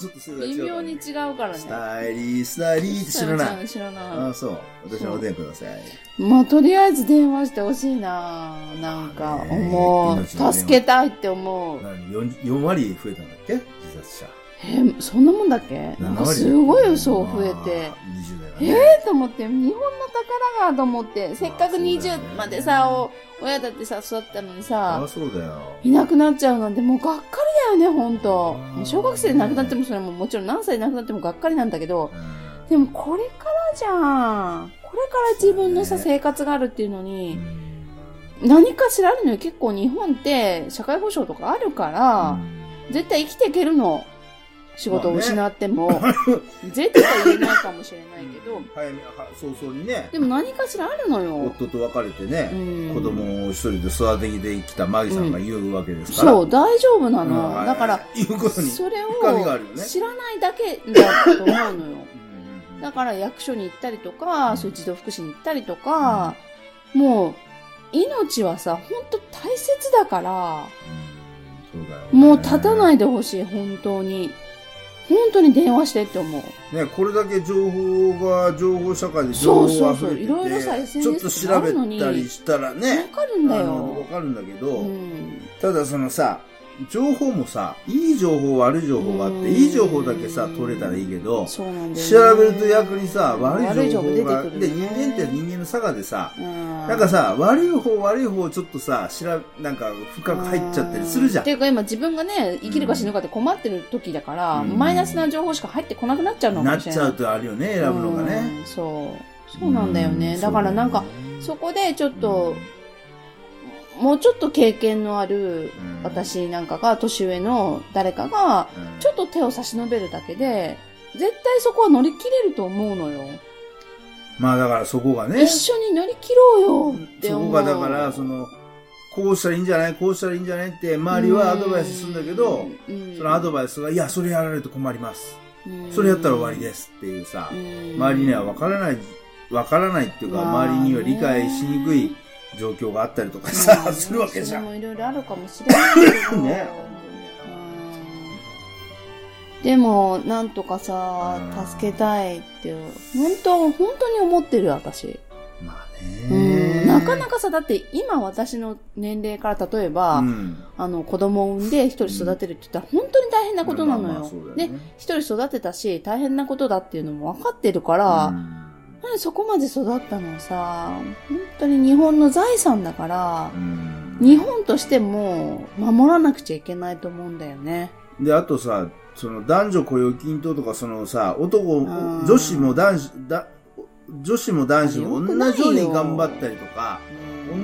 Speaker 2: ちょっと世代違う
Speaker 1: 微
Speaker 2: から
Speaker 1: 妙
Speaker 2: ね
Speaker 1: に違うからね
Speaker 2: スタイリー、スタイリーって知らない。
Speaker 1: 知らな
Speaker 2: あ
Speaker 1: い
Speaker 2: あ、そう。私のお電話ください。
Speaker 1: まあとりあえず電話してほしいななんか思う
Speaker 2: ねえ命の電話
Speaker 1: 助けたいって思う
Speaker 2: 何 4, 4割増えたんだっけ自殺者。
Speaker 1: えーそんなもんだっけなんかすごい嘘増えて
Speaker 2: まあ。20代は
Speaker 1: え
Speaker 2: ね。
Speaker 1: えと思って日本の宝がと思ってせっかく
Speaker 2: まあそうだよね
Speaker 1: 20までさお親だってさ育ったのに
Speaker 2: あ
Speaker 1: さ
Speaker 2: そうだよ。
Speaker 1: いなくなっちゃうなんてもうがっかりだよね本当
Speaker 2: うん
Speaker 1: もう小学生で亡くなってもそれももちろん何歳で亡くなってもがっかりなんだけど
Speaker 2: うん
Speaker 1: でもこれからじゃんこれから自分のさ
Speaker 2: そうだね
Speaker 1: 生活があるっていうの
Speaker 2: う
Speaker 1: に
Speaker 2: ん
Speaker 1: 何かしらあるのよ結構日本って社会保障とかあるから絶対生きていけるの仕事を失っても、ゼロとは言えないかもしれないけど、
Speaker 2: 早めは早々にね
Speaker 1: でも何かしらあるのよ。
Speaker 2: 夫と別れて
Speaker 1: う
Speaker 2: ね、
Speaker 1: ん
Speaker 2: 子供を一人で育ててきたマギさんが言うわけですから、
Speaker 1: そう、大丈夫な
Speaker 2: うん
Speaker 1: の。だから、
Speaker 2: 言うことに
Speaker 1: それ
Speaker 2: 深みがあるよ
Speaker 1: を
Speaker 2: ね
Speaker 1: 知らないだけだと思うのよ。
Speaker 2: うんうんうん
Speaker 1: だから役所に行ったりとか、そういう児童福祉に行ったりとか、もう、命はさ、ほんと大切だから、
Speaker 2: うんそうだよね
Speaker 1: もう立たないでほしい、本当に。本当に電話してって思う。
Speaker 2: ね、これだけ情報が情報社会で
Speaker 1: そ
Speaker 2: 情
Speaker 1: う
Speaker 2: 報
Speaker 1: そ
Speaker 2: が
Speaker 1: うそう
Speaker 2: 溢れてて
Speaker 1: いろいろさ SNS
Speaker 2: ちょっと調べたりしたら
Speaker 1: わ
Speaker 2: ね
Speaker 1: かるんだ
Speaker 2: あのわ
Speaker 1: よ。
Speaker 2: かるんだけど、
Speaker 1: うん。
Speaker 2: ただそのさ情報もさいい情報悪い情報があっ
Speaker 1: うん
Speaker 2: ていい情報だけさ取れたらいいけど調
Speaker 1: そうなんだよね。
Speaker 2: べると逆にさ悪い情報が
Speaker 1: 悪い情報出てくるね
Speaker 2: で人間って人間の差がでさ
Speaker 1: うん、
Speaker 2: なんかさ悪い方悪い方ちょっとさ調べなんか深く入っちゃったりするじゃ
Speaker 1: っ
Speaker 2: ん
Speaker 1: ていうか今自分がね、生きるか死ぬかって困ってる時だから、
Speaker 2: うん
Speaker 1: マイナスな情報しか入ってこなくなっちゃうのか
Speaker 2: な
Speaker 1: も
Speaker 2: っ
Speaker 1: し
Speaker 2: ち
Speaker 1: れない。
Speaker 2: ゃうとあるよね選ぶのがね
Speaker 1: うんそう。そうなんだよね。
Speaker 2: う
Speaker 1: だからなんか、そこでちょっと、もうちょっと経験のある
Speaker 2: うん
Speaker 1: 私なんかが、年上の誰かが、
Speaker 2: うん
Speaker 1: ちょっと手を差し伸べるだけで、絶対そこは乗り切れると思うのよ。
Speaker 2: まあだからそこがね
Speaker 1: 一緒に乗り切ろうよって
Speaker 2: そ
Speaker 1: 思う。
Speaker 2: こがだからそのこうしたらいいんじゃないこうしたらいいんじゃないって周りはアドバイスするんだけど
Speaker 1: うん、
Speaker 2: そのアド
Speaker 1: バ
Speaker 2: バイスが「いやそれやられると困ります」「
Speaker 1: イ
Speaker 2: それやったら終わりです」っていうさ周りには分からない分からないっていうか
Speaker 1: まあね
Speaker 2: 周りには理解しにくい状況があったりとかさするわけじゃ
Speaker 1: それ
Speaker 2: ん。
Speaker 1: もいろいろあるかもしれないけど。
Speaker 2: ね
Speaker 1: うんでも、なんとかさ
Speaker 2: うん、
Speaker 1: 助けたいって、本当、本当に思ってる、私。
Speaker 2: まあ
Speaker 1: う
Speaker 2: ね
Speaker 1: んなかなかさ、だって今私の年齢から例えば、
Speaker 2: うん
Speaker 1: あの、子供を産んで一人育てるって言ったら本当に大変なことなの
Speaker 2: まあまあ
Speaker 1: よ
Speaker 2: そう。だよ
Speaker 1: ね
Speaker 2: ね、
Speaker 1: 一人育てたし、大変なことだっていうのも分かってるから、なのにそこまで育ったのはさ、本当に日本の財産だから
Speaker 2: う、ん
Speaker 1: 日本としても守らなくちゃいけないと思うんだよね。
Speaker 2: で、あとさ、その男女雇用均等とか、そのさ、男、
Speaker 1: ん
Speaker 2: 女子も男子、だ女子も男子
Speaker 1: あ
Speaker 2: も
Speaker 1: れ良くない
Speaker 2: 同
Speaker 1: よ
Speaker 2: じように頑張ったりとか、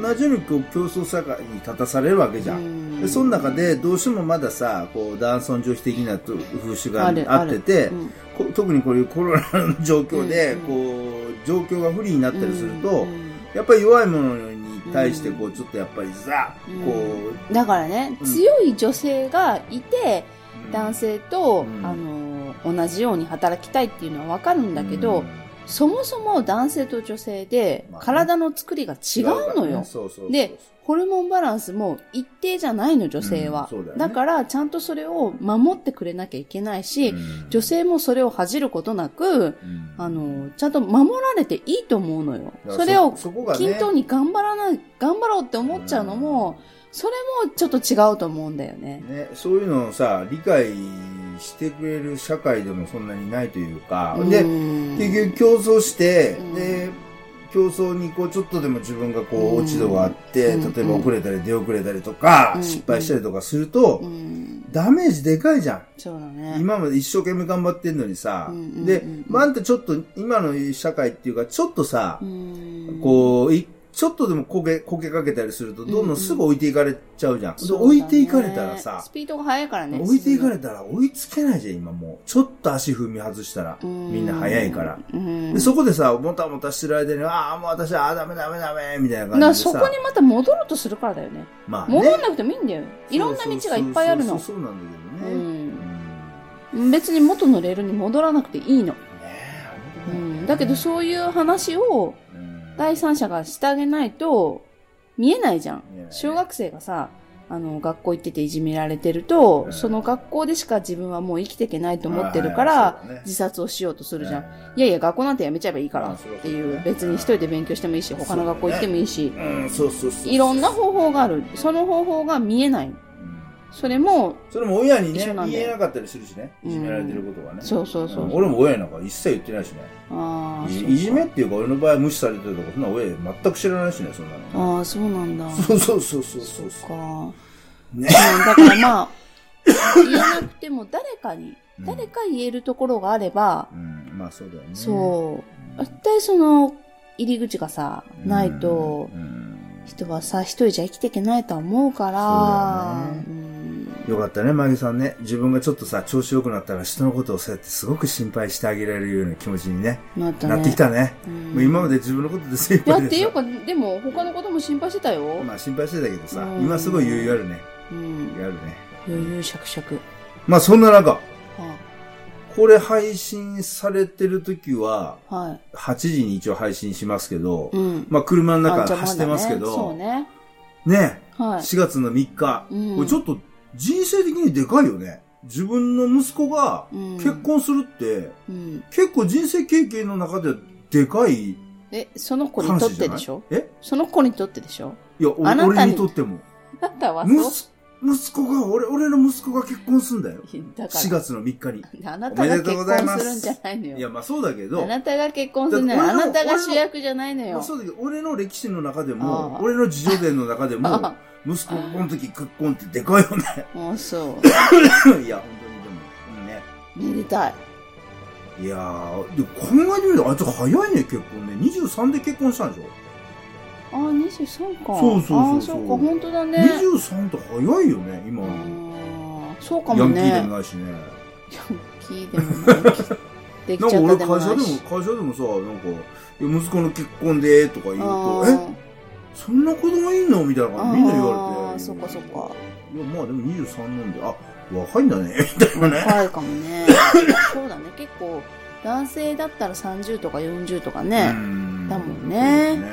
Speaker 2: 同じようにこう競争社会に立たされるわけじゃん。
Speaker 1: ん
Speaker 2: で、その中でどうしてもまださ、こう男尊女卑的なと風習が
Speaker 1: ある
Speaker 2: あってて、
Speaker 1: うん
Speaker 2: こ特にこういうコロナの状況で、
Speaker 1: うん
Speaker 2: こう、状況が不利になったりすると、
Speaker 1: うん
Speaker 2: やっぱり弱い者に対して、こう、ちょっとやっぱりさ、
Speaker 1: うん
Speaker 2: こ
Speaker 1: だからね、
Speaker 2: うん
Speaker 1: 強い女性がいて、
Speaker 2: う、
Speaker 1: 男性と、
Speaker 2: うん
Speaker 1: あの同じように働きたいっていうのはわかるんだけど、
Speaker 2: うん
Speaker 1: そもそも男性と女性で
Speaker 2: まあね
Speaker 1: 体の作りが違うのよ。
Speaker 2: そうそうそう
Speaker 1: で、ホルモンバランスも一定じゃないの、女性は。
Speaker 2: うんそうだよね
Speaker 1: から、ちゃんとそれを守ってくれなきゃいけないし、
Speaker 2: うん
Speaker 1: 女、性もそれを恥じることなく、
Speaker 2: うん
Speaker 1: あ、の、ちゃんと守られていいと思うのよ。
Speaker 2: だから
Speaker 1: それを
Speaker 2: そこがね
Speaker 1: 均等に頑張らない、頑張ろうって思っちゃうのも、それもちょっと違うと思うんだよね。
Speaker 2: ね、そういうのをさ、理解してくれる社会でもそんなにないというか、
Speaker 1: う
Speaker 2: で、
Speaker 1: ん
Speaker 2: 結局競争して、
Speaker 1: うん
Speaker 2: で、競争にこうちょっとでも自分がこう
Speaker 1: うん
Speaker 2: 落ち度があって、
Speaker 1: うん
Speaker 2: 例えば遅れたり出遅れたりとか、
Speaker 1: うん
Speaker 2: 失敗したりとかすると、
Speaker 1: うん、
Speaker 2: ダメージでかいじゃん。
Speaker 1: そうだね。
Speaker 2: 今まで一生懸命頑張ってんのにさ、
Speaker 1: うんうんうん
Speaker 2: で、まあ、あんたちょっと今の社会っていうか、ちょっとさ、
Speaker 1: うん
Speaker 2: こう、いちょっとでも焦げ、焦げかけたりすると、どん
Speaker 1: うんう
Speaker 2: ど
Speaker 1: ん
Speaker 2: んすぐ置いていかれちゃうじゃん。
Speaker 1: そうだ
Speaker 2: で
Speaker 1: ね
Speaker 2: 置いていかれたらさ
Speaker 1: ス、ピードが速いからね。
Speaker 2: 置いていかれたら追いつけないじゃん、今もう。ちょっと足踏み外したら、みんな速いから。。
Speaker 1: うん
Speaker 2: でそこでさ、もたもたしてる間に、ああ、もう私は、ああ、ダメダメダメ、みたいな
Speaker 1: だか
Speaker 2: 感
Speaker 1: ら
Speaker 2: じで
Speaker 1: そ
Speaker 2: さ。
Speaker 1: こにまた戻ろうとするからだよね。
Speaker 2: まあね、
Speaker 1: 戻んなくてもいいんだよ。いろんな道がいっぱいあるの。
Speaker 2: そうそうそうそうそうなんだ
Speaker 1: う
Speaker 2: けどね。うんん
Speaker 1: 別に元のレールに戻らなくていいの。
Speaker 2: ね
Speaker 1: う
Speaker 2: え
Speaker 1: ん、だけどそういう話を
Speaker 2: うん
Speaker 1: 第三者がしてあげないと見えないじゃん
Speaker 2: 見えない。ね
Speaker 1: 小学生がさ、あの、学校行ってていじめられてると、
Speaker 2: うん
Speaker 1: その学校でしか自分はもう生きていけないと思ってるか
Speaker 2: はい
Speaker 1: ら
Speaker 2: はいそうだね、
Speaker 1: 自殺をしようとするじゃん。
Speaker 2: ね
Speaker 1: いやいや、学校なんてやめちゃえばいいから
Speaker 2: まあ
Speaker 1: っ
Speaker 2: そうだね
Speaker 1: ていう、別に一人で勉強してもいいし、
Speaker 2: うん
Speaker 1: 他の学校行ってもいいし、
Speaker 2: うん、そうそうそうそう。
Speaker 1: いろんな方法がある。その方法が見えない。
Speaker 2: うん
Speaker 1: それも、
Speaker 2: それも親にね
Speaker 1: 一緒なんだ
Speaker 2: 言
Speaker 1: よ
Speaker 2: えなかったりするしねいじめられてることがね、
Speaker 1: そうそうそう。
Speaker 2: ん俺も親なんか一切言ってないしね
Speaker 1: ああ、
Speaker 2: い
Speaker 1: そう
Speaker 2: じ
Speaker 1: か
Speaker 2: いじめっていうか俺の場合は無視されてるとかそんな親全く知らないしねそんなの
Speaker 1: ああ、そうなんだ。
Speaker 2: そうそうそうそうそう
Speaker 1: そっか。
Speaker 2: ね
Speaker 1: うんだからまあ、言えなくても誰かに、
Speaker 2: うん
Speaker 1: 誰か言えるところがあれば、
Speaker 2: うんまあそうだよね
Speaker 1: そう、絶対その入り口がさ、ないと
Speaker 2: う、ん
Speaker 1: 人はさ、一人じゃ生きていけないとは思うから、
Speaker 2: そうだよね
Speaker 1: うん
Speaker 2: よかったね、マギさんね。自分がちょっとさ、調子良くなったら人のことをそうやってすごく心配してあげられるような気持ちにね、
Speaker 1: なったね。
Speaker 2: なってきたね。
Speaker 1: うん
Speaker 2: もう今まで自分のことで精一
Speaker 1: いや
Speaker 2: 杯
Speaker 1: っ
Speaker 2: で
Speaker 1: て
Speaker 2: さ
Speaker 1: いうか、でも他のことも心配してたよ。
Speaker 2: まあ心配してたけどさ、
Speaker 1: うん
Speaker 2: 今すごい余裕あるね。
Speaker 1: うん。
Speaker 2: 余裕あるね。
Speaker 1: 余裕しゃくしゃく。
Speaker 2: まあそんな中、
Speaker 1: は
Speaker 2: これ配信されてる時は、
Speaker 1: あはい。
Speaker 2: 8時に一応配信しますけど、
Speaker 1: うん。
Speaker 2: まあ車の
Speaker 1: あ
Speaker 2: 中
Speaker 1: じゃあ
Speaker 2: 走ってますけ
Speaker 1: ま
Speaker 2: ど、
Speaker 1: だね
Speaker 2: ね
Speaker 1: そうね。はい。
Speaker 2: 4月の3日、
Speaker 1: うん
Speaker 2: これちょっと人生的にでかいよね。自分の息子が
Speaker 1: うん
Speaker 2: 結婚するって、
Speaker 1: うん。
Speaker 2: 結構人生経験の中ででかい
Speaker 1: え、その子に
Speaker 2: 話
Speaker 1: とっ
Speaker 2: じゃ
Speaker 1: て
Speaker 2: な
Speaker 1: で
Speaker 2: い
Speaker 1: しょ
Speaker 2: え
Speaker 1: その子にとってでしょ
Speaker 2: いや、お
Speaker 1: あなたに
Speaker 2: 俺にとっても。
Speaker 1: あなたはそう
Speaker 2: 息息子が、俺、俺の息子が結婚するんだよ。
Speaker 1: だから
Speaker 2: 4月の3日に。
Speaker 1: あなたが結婚するんじゃないの
Speaker 2: いや、
Speaker 1: よ。
Speaker 2: まあそうだけど、
Speaker 1: あなたが結婚するんじゃない
Speaker 2: だ
Speaker 1: あ
Speaker 2: って俺の
Speaker 1: なたが主役じゃないの
Speaker 2: まあ
Speaker 1: よ。
Speaker 2: そうだけど、俺の歴史の中で
Speaker 1: あ
Speaker 2: も
Speaker 1: あ、
Speaker 2: 俺の自叙伝の中でも
Speaker 1: あ、
Speaker 2: 息子、この時結婚ってでかいよね。
Speaker 1: もうそ
Speaker 2: いや、本当にでも、いいね。
Speaker 1: う。めでたい。
Speaker 2: いやー、でも考えてみると、あいつ早いね、結婚ね。23で結婚したんでしょ、
Speaker 1: あ、23か。
Speaker 2: そうそうそうそう
Speaker 1: あ、そうか、本当だね。
Speaker 2: ?23 って早いよね、今。
Speaker 1: あーそうか
Speaker 2: ヤ
Speaker 1: も
Speaker 2: ンキ
Speaker 1: ね。
Speaker 2: ーで
Speaker 1: ヤン
Speaker 2: もないしね。
Speaker 1: キーでもない。できち
Speaker 2: なんか
Speaker 1: ゃった
Speaker 2: 俺
Speaker 1: で
Speaker 2: 会
Speaker 1: も
Speaker 2: 社で
Speaker 1: ない
Speaker 2: も
Speaker 1: し。、
Speaker 2: 会社でもさ、なんか、いや息子の結婚で、とか言うと、え、
Speaker 1: え
Speaker 2: そんな子供いんのみたいな感じみんな言われて。
Speaker 1: そっかそっか。
Speaker 2: いや、まあでも23なんで、あ、若いんだね、 みたいなね。
Speaker 1: 若いかもね。そうだね、結構、男性だったら30とか40とか
Speaker 2: う
Speaker 1: ね。
Speaker 2: ん
Speaker 1: だもんね
Speaker 2: そう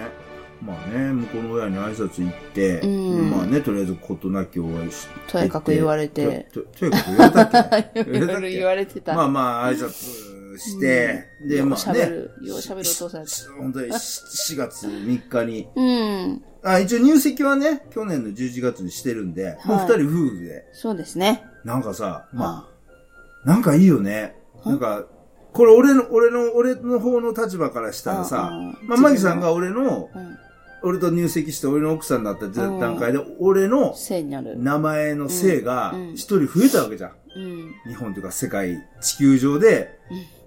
Speaker 2: まあね、向こうの親に挨拶行って、
Speaker 1: うん
Speaker 2: まあね、とりあえず事なきをお会いし
Speaker 1: とにかく言われて。
Speaker 2: と、ととにかく言われたっ け
Speaker 1: いろいろ言われてた。
Speaker 2: まあまあ、挨拶して、
Speaker 1: うん
Speaker 2: で、
Speaker 1: よう
Speaker 2: まあね
Speaker 1: 喋。るよう喋るお父さんやった
Speaker 2: し本当にし4月3日に。
Speaker 1: うん。
Speaker 2: あ、一応入籍はね、去年の11月にしてるんで、もう
Speaker 1: はい
Speaker 2: 二人夫婦で。
Speaker 1: そうですね。
Speaker 2: なんかさ、ま
Speaker 1: ま
Speaker 2: あ、なんかいいよね。
Speaker 1: は
Speaker 2: なんか、これ俺の、俺の、俺の方の立場からしたらさ
Speaker 1: うんうん、
Speaker 2: まあ、マギさんが俺の、
Speaker 1: あ、うん。
Speaker 2: 俺と入籍して俺の奥さんになった
Speaker 1: うん
Speaker 2: 段階で、俺の
Speaker 1: 性になる。
Speaker 2: 名前の姓が
Speaker 1: うんうん
Speaker 2: 一人増えたわけじゃん。
Speaker 1: うん。
Speaker 2: 日本というか世界、地球上で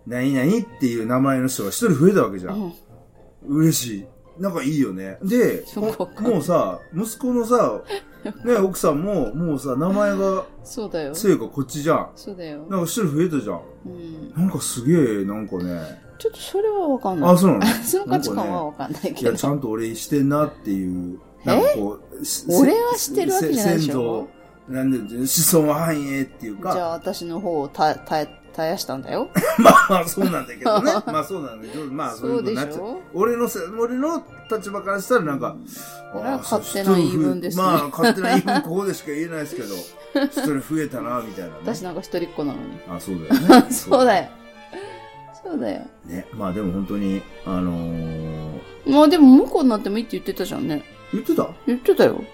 Speaker 1: うん、
Speaker 2: 何々っていう名前の人が一人増えたわけじゃ。
Speaker 1: うんん。
Speaker 2: 嬉しい。なんかいいよね。で、
Speaker 1: そう
Speaker 2: も
Speaker 1: か
Speaker 2: もうさ、息子 のさ、ね、奥さんも、もうさ、名前が、
Speaker 1: そうだよ。
Speaker 2: せいかこっちじゃん。
Speaker 1: そうだよ。
Speaker 2: なんか一人増えたじゃん。
Speaker 1: うん。
Speaker 2: なんかすげえ、なんかね。
Speaker 1: ちょっとそれはわかんない
Speaker 2: あ、。そうなの
Speaker 1: その価値観はわかんない
Speaker 2: い
Speaker 1: けど。
Speaker 2: や、ちゃんと俺してんなっていう。
Speaker 1: え
Speaker 2: なんかこう、し
Speaker 1: 俺はしてるわけじゃないでしょ
Speaker 2: せ先祖、なんで、子孫繁栄っていう
Speaker 1: じゃ
Speaker 2: か、
Speaker 1: あ私の方をた、た、絶やしたんだよ。
Speaker 2: まあ まあそうなんだけどね。まあそうなんだけど、まあそういう
Speaker 1: そ
Speaker 2: こ
Speaker 1: うで
Speaker 2: とに
Speaker 1: し
Speaker 2: なっちゃう。
Speaker 1: ょ
Speaker 2: 俺のせ、俺の立場からしたらなんか、
Speaker 1: これは
Speaker 2: あー
Speaker 1: 勝手な言い分ですね
Speaker 2: まあ、勝手な言い分、ここでしか言えないですけど、一人増えたな、みたいな、ね。
Speaker 1: 私なんか一人っ子なのに。
Speaker 2: あ、そうだよ ね。
Speaker 1: そう
Speaker 2: よ。
Speaker 1: だよ。そうだよ。
Speaker 2: ね。まあでも本当に、あのー、
Speaker 1: まあでも向こうになってもいいって言ってたじゃんね。
Speaker 2: 言ってた
Speaker 1: 言ってたよ。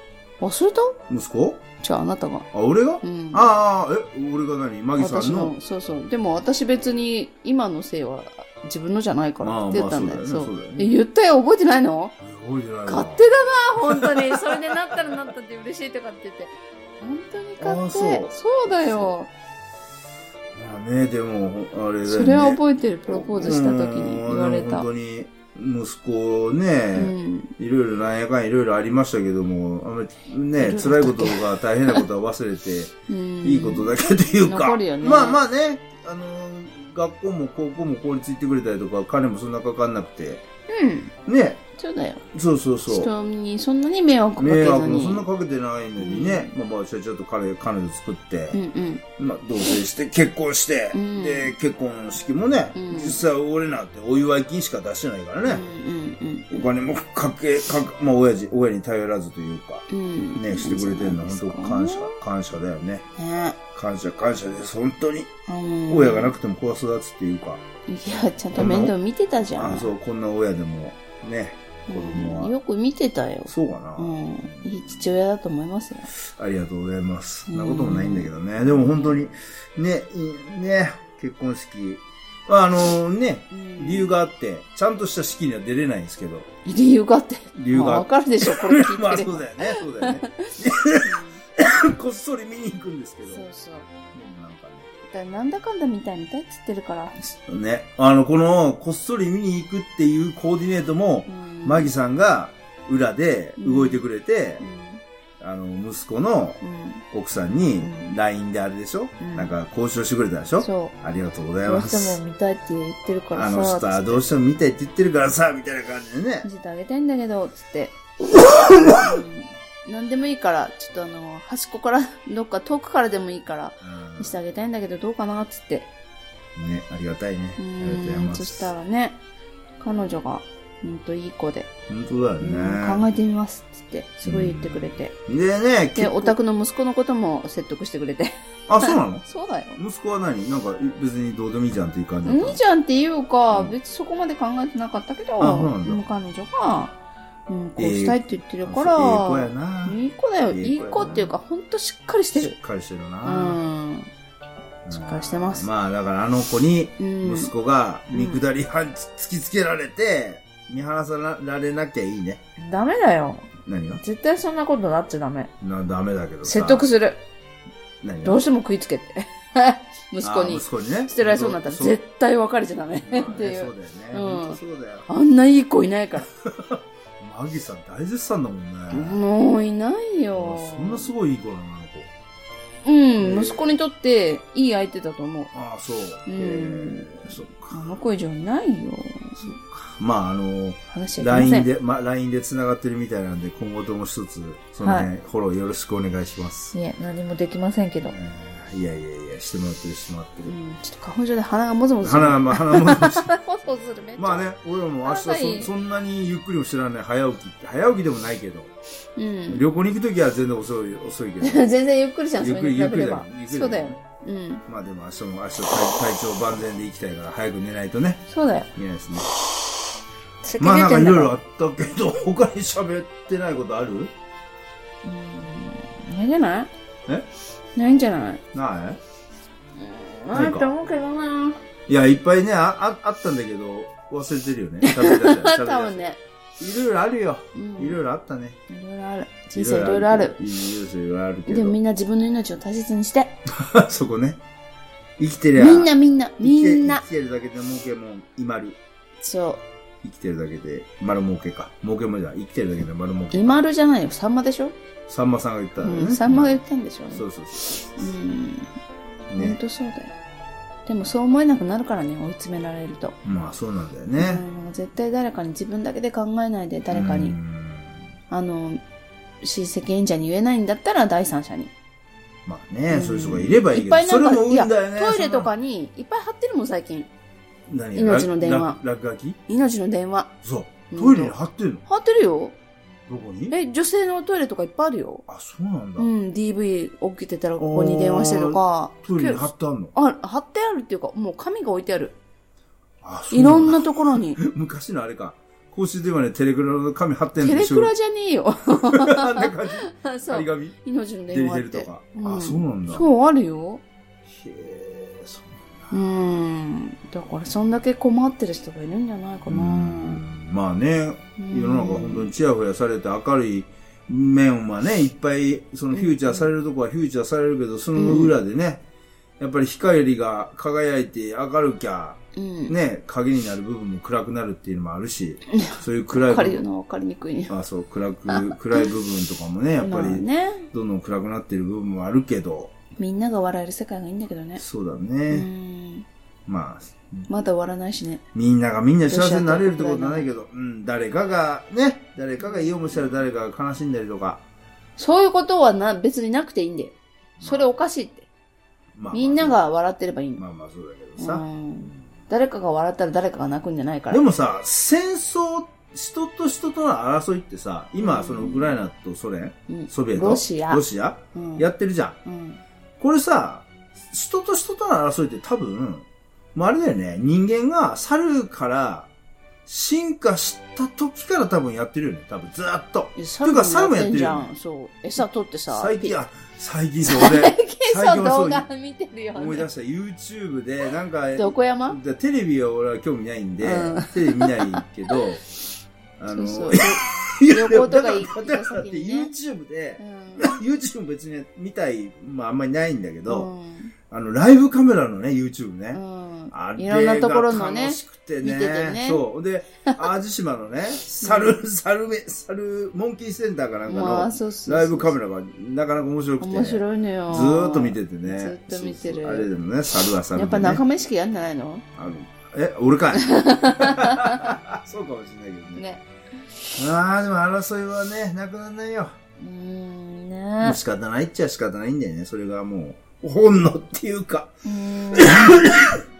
Speaker 1: 忘れた
Speaker 2: 息子
Speaker 1: じゃああなたが。
Speaker 2: あ、俺が、
Speaker 1: うん。
Speaker 2: ああ、え、俺が何マギさ
Speaker 1: 私
Speaker 2: んの
Speaker 1: の。そうそう。でも私別に今のせいは自分のじゃないからって言ったんだよ。
Speaker 2: まあま
Speaker 1: そ
Speaker 2: あそう
Speaker 1: う
Speaker 2: だよねそうだよ。ね
Speaker 1: え言ったよ、覚えてないの
Speaker 2: 覚えてないわ
Speaker 1: 勝手だな、本当 に。それでなったらなったって嬉しいとかって言って。本当に
Speaker 2: あ
Speaker 1: 勝
Speaker 2: そう
Speaker 1: 手。そうだよ。
Speaker 2: まあね、でも、あれだよね。
Speaker 1: それは覚えてる、プロポーズした時に
Speaker 2: うん
Speaker 1: 言われた。
Speaker 2: でも
Speaker 1: う
Speaker 2: 本当に、息子ね、
Speaker 1: ん。
Speaker 2: いろいろなんやかんやいろいろありましたけども、あんまり
Speaker 1: いろい
Speaker 2: ね、
Speaker 1: ろ
Speaker 2: 辛いことが大変なことは忘れて、
Speaker 1: うん
Speaker 2: いいことだけというか。
Speaker 1: 残るよね
Speaker 2: まあまあね、あのー、学校も高校も公立行ってくれたりとか、金もそんなかかんなくて。
Speaker 1: うん。
Speaker 2: ね、
Speaker 1: そうだよ。
Speaker 2: そうそうそう。
Speaker 1: 人にそんなに迷惑かけ
Speaker 2: 迷
Speaker 1: ず
Speaker 2: 惑も
Speaker 1: に。
Speaker 2: そんなかけてないのにね、まあまあ、ちゃちゃっと彼、彼女作って、
Speaker 1: うんうん。
Speaker 2: まあ、同棲して、結婚して、
Speaker 1: うん
Speaker 2: で、結婚式もね、
Speaker 1: うん
Speaker 2: 実際俺なんてお祝い金しか出してないから
Speaker 1: うん
Speaker 2: ね、お金もかけ、かけ、まあ、親父、親に頼らずというか、
Speaker 1: うんうん。
Speaker 2: ね、してくれてるのは本当感謝
Speaker 1: ね、
Speaker 2: 感謝だよね。
Speaker 1: ね
Speaker 2: 感謝、感謝です、本当に。
Speaker 1: うん
Speaker 2: 親がなくても子は育つっていうか、
Speaker 1: いや、ちゃんと面倒見てたじゃん。
Speaker 2: あそう、こんな親でも、ね、子供は
Speaker 1: うんよく見てたよ。
Speaker 2: そうかな、
Speaker 1: うん。いい父親だと思いますよ。
Speaker 2: ありがとうございます。そ
Speaker 1: うん
Speaker 2: んなこともないんだけどね。でも本当に、ね、いね、結婚式、あのね、理由
Speaker 1: が。
Speaker 2: があって、ちゃんとした式には出れないんですけど、
Speaker 1: 理由があって。
Speaker 2: 理由
Speaker 1: まあ
Speaker 2: があ
Speaker 1: わ
Speaker 2: って。
Speaker 1: かるでしょ、これ聞いてれば
Speaker 2: まあそうだよね、そうだよね。 こっそり見に行くんですけど。
Speaker 1: そうそう。
Speaker 2: でもなんか
Speaker 1: だからなんだかんだ見たい見たいっつってるから。
Speaker 2: ね。ね。あの、この、こっそり見に行くっていうコーディネートも
Speaker 1: う、ん
Speaker 2: マギさんが裏で動いてくれて
Speaker 1: う、ん
Speaker 2: あの、息子の
Speaker 1: うん
Speaker 2: 奥さんに
Speaker 1: う
Speaker 2: LINE であれでしょ、
Speaker 1: うん
Speaker 2: なんか交渉してくれたでしょ
Speaker 1: そう
Speaker 2: ありがとうござい
Speaker 1: どう
Speaker 2: ま
Speaker 1: して
Speaker 2: す
Speaker 1: も。見たいって言ってるから
Speaker 2: あ
Speaker 1: さ
Speaker 2: の人はどうしても見たいって言ってるからさ、みたいな感じでね
Speaker 1: 見。せてあげたいんだけど、つって。うん何でもいいから、ちょっとあの、端っこから、どっか遠くからでもいいから、見せてあげたいんだけど、どうかな、つって。
Speaker 2: うんね、ありがたいね。あ
Speaker 1: う
Speaker 2: りがとうござい
Speaker 1: ーん、
Speaker 2: ま
Speaker 1: そ
Speaker 2: す。
Speaker 1: したらね、彼女が、うんといい子で、
Speaker 2: 本当だよ
Speaker 1: うん考
Speaker 2: ね。
Speaker 1: えてみます、つって、すごい言ってくれて。
Speaker 2: でね、
Speaker 1: で、
Speaker 2: 結構
Speaker 1: お宅の息子のことも説得してくれて。
Speaker 2: あ、そうな の
Speaker 1: そうだよ。
Speaker 2: 息子は何なんか別にどうでもいいじゃんっていう感じだったの
Speaker 1: 兄ちゃんっていうか、
Speaker 2: うん
Speaker 1: 別にそこまで考えてなかったけど、
Speaker 2: あそうなんだ
Speaker 1: でも彼女が、うん、こうしたいって言ってるから、
Speaker 2: あそうええ子やない
Speaker 1: い子だよ。
Speaker 2: ええ子やない
Speaker 1: い子っていうか、ほんとしっかりして
Speaker 2: し
Speaker 1: る
Speaker 2: っ。かりしてる
Speaker 1: う
Speaker 2: な、
Speaker 1: ん。
Speaker 2: うん
Speaker 1: しっかりしてます
Speaker 2: まあだからあの子に
Speaker 1: うん。
Speaker 2: 息子が
Speaker 1: うん
Speaker 2: 見下り半突きつけられて見放さられなきゃいいね
Speaker 1: ダメだよ。
Speaker 2: 何が
Speaker 1: 絶対そんなことなっちゃダメ。
Speaker 2: なダメだけどさ
Speaker 1: 説得する。
Speaker 2: 何が
Speaker 1: どうしても食いつけて。 息子
Speaker 2: あ
Speaker 1: に
Speaker 2: 息子にね
Speaker 1: 捨てられそうになったら
Speaker 2: そう
Speaker 1: 絶対別れちゃダメっ
Speaker 2: まあ ね
Speaker 1: てい
Speaker 2: そ
Speaker 1: う。
Speaker 2: うだよね、
Speaker 1: うん
Speaker 2: 本当そうだよ
Speaker 1: あんないい子いないか
Speaker 2: マギさん大絶賛だもん
Speaker 1: ら。
Speaker 2: ね、
Speaker 1: もういないよ。
Speaker 2: そんなすごいいい子なのあの子
Speaker 1: うん、息子にとっていい相手だと思う。
Speaker 2: ああそう、
Speaker 1: うん
Speaker 2: えーそっ
Speaker 1: あ
Speaker 2: か
Speaker 1: の子以上いないよ。
Speaker 2: まああの
Speaker 1: 話はいけませ
Speaker 2: LINE
Speaker 1: ん。
Speaker 2: で、ま、LINE で繋がってるみたいなんで、今後とも一つ、その辺、フォローよろしくお願いします。
Speaker 1: いえ、何もできませんけど。
Speaker 2: えーいやいやいや、してもらってる、してもらって
Speaker 1: う
Speaker 2: る。
Speaker 1: ん、ちょっと花粉症で鼻がもぞもぞする。
Speaker 2: 花、まあ、花も、
Speaker 1: 鼻がもぞもぞする、めっちゃ。
Speaker 2: まあね。、俺らも明
Speaker 1: 花がい
Speaker 2: 日
Speaker 1: い
Speaker 2: そ、そんなにゆっくりも知らない、早起きって、早起きでもないけど、
Speaker 1: うん。
Speaker 2: 旅行に行くときは全然遅い、遅いけど、
Speaker 1: 全然ゆっくりじゃん、そ
Speaker 2: ゆっ
Speaker 1: れ
Speaker 2: く
Speaker 1: に
Speaker 2: り、
Speaker 1: 比べ
Speaker 2: ゆっくり
Speaker 1: れ
Speaker 2: だ
Speaker 1: ば
Speaker 2: よ。ゆっくり
Speaker 1: そうだよ
Speaker 2: ね。。
Speaker 1: うん。
Speaker 2: まあでも明日も明日体体調万全で行きたいから、早く寝ないとね、
Speaker 1: そうだよ。
Speaker 2: いけないですね。
Speaker 1: 酒
Speaker 2: まあ
Speaker 1: 出
Speaker 2: なん
Speaker 1: て
Speaker 2: かい
Speaker 1: んだ
Speaker 2: ろい
Speaker 1: から
Speaker 2: ろあったけど、 他に喋ってないことある
Speaker 1: うん。ないんじゃない
Speaker 2: え
Speaker 1: ないんじゃない
Speaker 2: ない
Speaker 1: ないと思うけどない
Speaker 2: や、いっぱいね、あ、ああったんだけど、忘れてるよ ね。食べたら
Speaker 1: 多分。ね。
Speaker 2: 食べたらいろいろあるよ。
Speaker 1: うん
Speaker 2: いろいろあったね。
Speaker 1: いろいろある。人生いろいろある。
Speaker 2: いろいろあるけど。
Speaker 1: でもみんな自分の命を大切にして。
Speaker 2: そこね。生きてりゃ。
Speaker 1: みんなみんな、みんな
Speaker 2: 生き。て生きてるだけで儲けもん、いまる。
Speaker 1: そう。
Speaker 2: 生きてるだけで、丸儲けか。儲けもんじゃない生きてるだけで丸儲け。
Speaker 1: 今あるじゃないよ。さんまでしょ
Speaker 2: さんまさんが言ったんだよ
Speaker 1: う
Speaker 2: ね。
Speaker 1: ん。さんまが言ったんでしょ
Speaker 2: そうそうそうう。
Speaker 1: ん。ほん
Speaker 2: ね。
Speaker 1: とそうだよ。でもそう思えなくなるからね、追い詰められると。
Speaker 2: まあそうなんだよ
Speaker 1: う
Speaker 2: ね。
Speaker 1: ん絶対誰かに自分だけで考えないで誰か
Speaker 2: う
Speaker 1: に、
Speaker 2: ん
Speaker 1: あの、親戚演者に言えないんだったら第三者に。
Speaker 2: まあね、そういう人がいればいい
Speaker 1: い
Speaker 2: け
Speaker 1: っ
Speaker 2: ど
Speaker 1: ぱ、いな
Speaker 2: それ
Speaker 1: んか、
Speaker 2: も
Speaker 1: い
Speaker 2: 運
Speaker 1: や、
Speaker 2: だよね。
Speaker 1: トイレと
Speaker 2: そ
Speaker 1: か
Speaker 2: ん
Speaker 1: にいっぱい貼ってるもん、最近。
Speaker 2: な、何
Speaker 1: 命の電話
Speaker 2: 落落書き
Speaker 1: 命の電話。
Speaker 2: そう。
Speaker 1: う
Speaker 2: ト
Speaker 1: ん
Speaker 2: イレに貼ってるの
Speaker 1: 貼ってるよ。
Speaker 2: どこに
Speaker 1: え、女性のトイレとかいっぱいあるよ。
Speaker 2: あ、そうなんだ。
Speaker 1: うん、DV 起きてたらここに電話してとか。
Speaker 2: トイレに貼ってあんの
Speaker 1: あ、貼ってあるっていうか、もう紙が置いてある。
Speaker 2: あ、そう
Speaker 1: いろん
Speaker 2: だ
Speaker 1: なところ に。
Speaker 2: 昔のあれか。公衆電話でテレクラの紙貼ってん
Speaker 1: テ
Speaker 2: の
Speaker 1: レクラ
Speaker 2: じ
Speaker 1: じゃねえよ。
Speaker 2: ゃんな感じ。
Speaker 1: そ
Speaker 2: 張り
Speaker 1: う。
Speaker 2: 紙
Speaker 1: 命の
Speaker 2: デ
Speaker 1: 電
Speaker 2: リ
Speaker 1: 話
Speaker 2: ヘ
Speaker 1: っ
Speaker 2: ルと
Speaker 1: て。
Speaker 2: か。
Speaker 1: うん
Speaker 2: あ、そうなんだ。へ
Speaker 1: そう、あるよ。
Speaker 2: え、そう
Speaker 1: うーん。だから、そんだけ困ってる人がいるんじゃないかな。
Speaker 2: うんまあね、
Speaker 1: うん
Speaker 2: 世の中本当にチヤホヤされて明るい面はね、いっぱい、そのフューチャーされるとこはフューチャーされるけど、その裏でね、やっぱり光が輝いて明るきゃ、
Speaker 1: うん。
Speaker 2: ね、影になる部分も暗くなるっていうのもあるし、そういう暗い
Speaker 1: わか
Speaker 2: 部
Speaker 1: るよ
Speaker 2: 分
Speaker 1: な、わかりにくいね。
Speaker 2: あそう暗く暗い部分とかもねやっぱ
Speaker 1: まあ
Speaker 2: り
Speaker 1: ね。
Speaker 2: どんどん暗くなってる部分もあるけど
Speaker 1: みんなが笑える世界がいいんだけどね。
Speaker 2: そうだ
Speaker 1: う
Speaker 2: ね、
Speaker 1: ん。
Speaker 2: まあ
Speaker 1: まだ終わらないしね。
Speaker 2: みんながみんな幸せになれるってことはないけど、うん、誰かがね誰かがいい思いしたら誰かが悲しんだりとか、
Speaker 1: そういうことはな、別になくていいんだよ。それおかしいって。
Speaker 2: まあ、
Speaker 1: みんなが笑ってればいいの。
Speaker 2: まあまあそうだけど
Speaker 1: う
Speaker 2: さ、
Speaker 1: ん誰かが笑ったら誰かが泣くんじゃないから。
Speaker 2: でもさ戦争人と人との争いってさ今そのウクライナとソ連
Speaker 1: うん
Speaker 2: ソビエト
Speaker 1: ロシア。
Speaker 2: ロシア
Speaker 1: うん
Speaker 2: やってるじゃ
Speaker 1: う
Speaker 2: ん
Speaker 1: ん
Speaker 2: これさ、人と人との争いって多分、まあ、あれだよね、人間が猿から進化した時から多分やってるよね、多分ずーっと。
Speaker 1: いや
Speaker 2: ていうか
Speaker 1: 猿もやってんじ
Speaker 2: 猿も
Speaker 1: ゃ
Speaker 2: やってるよね
Speaker 1: ん。そう。餌取ってさ。
Speaker 2: 最
Speaker 1: ピ
Speaker 2: 近、あ、最近そうで、
Speaker 1: 最近
Speaker 2: 最
Speaker 1: さ、
Speaker 2: 近はそ
Speaker 1: 動
Speaker 2: う
Speaker 1: 画見てるよ
Speaker 2: 思い
Speaker 1: ね
Speaker 2: 出。した YouTube で、なんか、
Speaker 1: どこ山
Speaker 2: でテレビは俺は興味ないんで、
Speaker 1: うん
Speaker 2: テレビ見ないけど、あ
Speaker 1: そ
Speaker 2: の、
Speaker 1: うそう。
Speaker 2: や
Speaker 1: 旅行とか行
Speaker 2: だ
Speaker 1: く
Speaker 2: らだからだっ
Speaker 1: 先
Speaker 2: て
Speaker 1: にね
Speaker 2: YouTube で、
Speaker 1: うん。
Speaker 2: YouTube も別に見たい、まああんまりないんだけど、
Speaker 1: うん
Speaker 2: あの、ライブカメラのね、YouTube ね。
Speaker 1: うん
Speaker 2: あれ
Speaker 1: いろんなところの
Speaker 2: が
Speaker 1: ね
Speaker 2: 楽、しくてね。
Speaker 1: 見ててね
Speaker 2: そう。で、淡路島 のね、猿、猿め、猿、モンキーセンターかなんか
Speaker 1: まあ
Speaker 2: の
Speaker 1: そうそうそう
Speaker 2: ライブカメラがなかなか面白くて。
Speaker 1: 面白いのよ。
Speaker 2: ずーっと見ててね。
Speaker 1: ずっと見てる
Speaker 2: そうそうあれでもね、猿は猿
Speaker 1: や
Speaker 2: で、
Speaker 1: っ
Speaker 2: ね。
Speaker 1: ぱ仲間意識やんじゃないの
Speaker 2: あのえ、俺 かい。そうかもしれないけどね。
Speaker 1: ね。
Speaker 2: ああ、でも争いはね、なくならないよ。
Speaker 1: うーん、
Speaker 2: も
Speaker 1: ね
Speaker 2: う仕方ないっちゃ仕方ないんだよね。それがもう、本能っていうか。
Speaker 1: うー ん。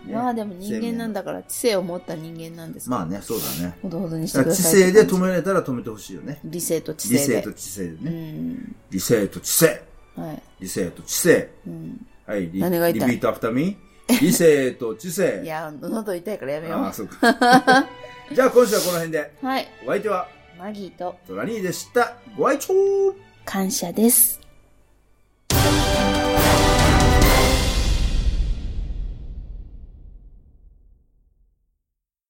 Speaker 1: まあでも人間なんだから、知性を持った人間なんですから
Speaker 2: まあね、そうだね。
Speaker 1: ほどほどにして
Speaker 2: だ
Speaker 1: く
Speaker 2: か
Speaker 1: だ
Speaker 2: ら知
Speaker 1: さい。
Speaker 2: 性で止められたら止めてほしいよね。
Speaker 1: 理性と知
Speaker 2: 理
Speaker 1: 性で。
Speaker 2: 性と知性で
Speaker 1: う
Speaker 2: ね。
Speaker 1: ん。
Speaker 2: 理性と知性。
Speaker 1: はい。
Speaker 2: 理性と知性。
Speaker 1: うん。
Speaker 2: はい、リ
Speaker 1: 何が言い
Speaker 2: リ
Speaker 1: たい
Speaker 2: ピートアフターミー。理性と知
Speaker 1: い
Speaker 2: 性。
Speaker 1: や、喉痛いからやめよ
Speaker 2: ああ、
Speaker 1: う。
Speaker 2: そうか。 じゃあ今週はこの辺で。
Speaker 1: はい。
Speaker 2: お相手は、
Speaker 1: マギーと
Speaker 2: トラニーでした。ご愛聴
Speaker 1: 感謝です。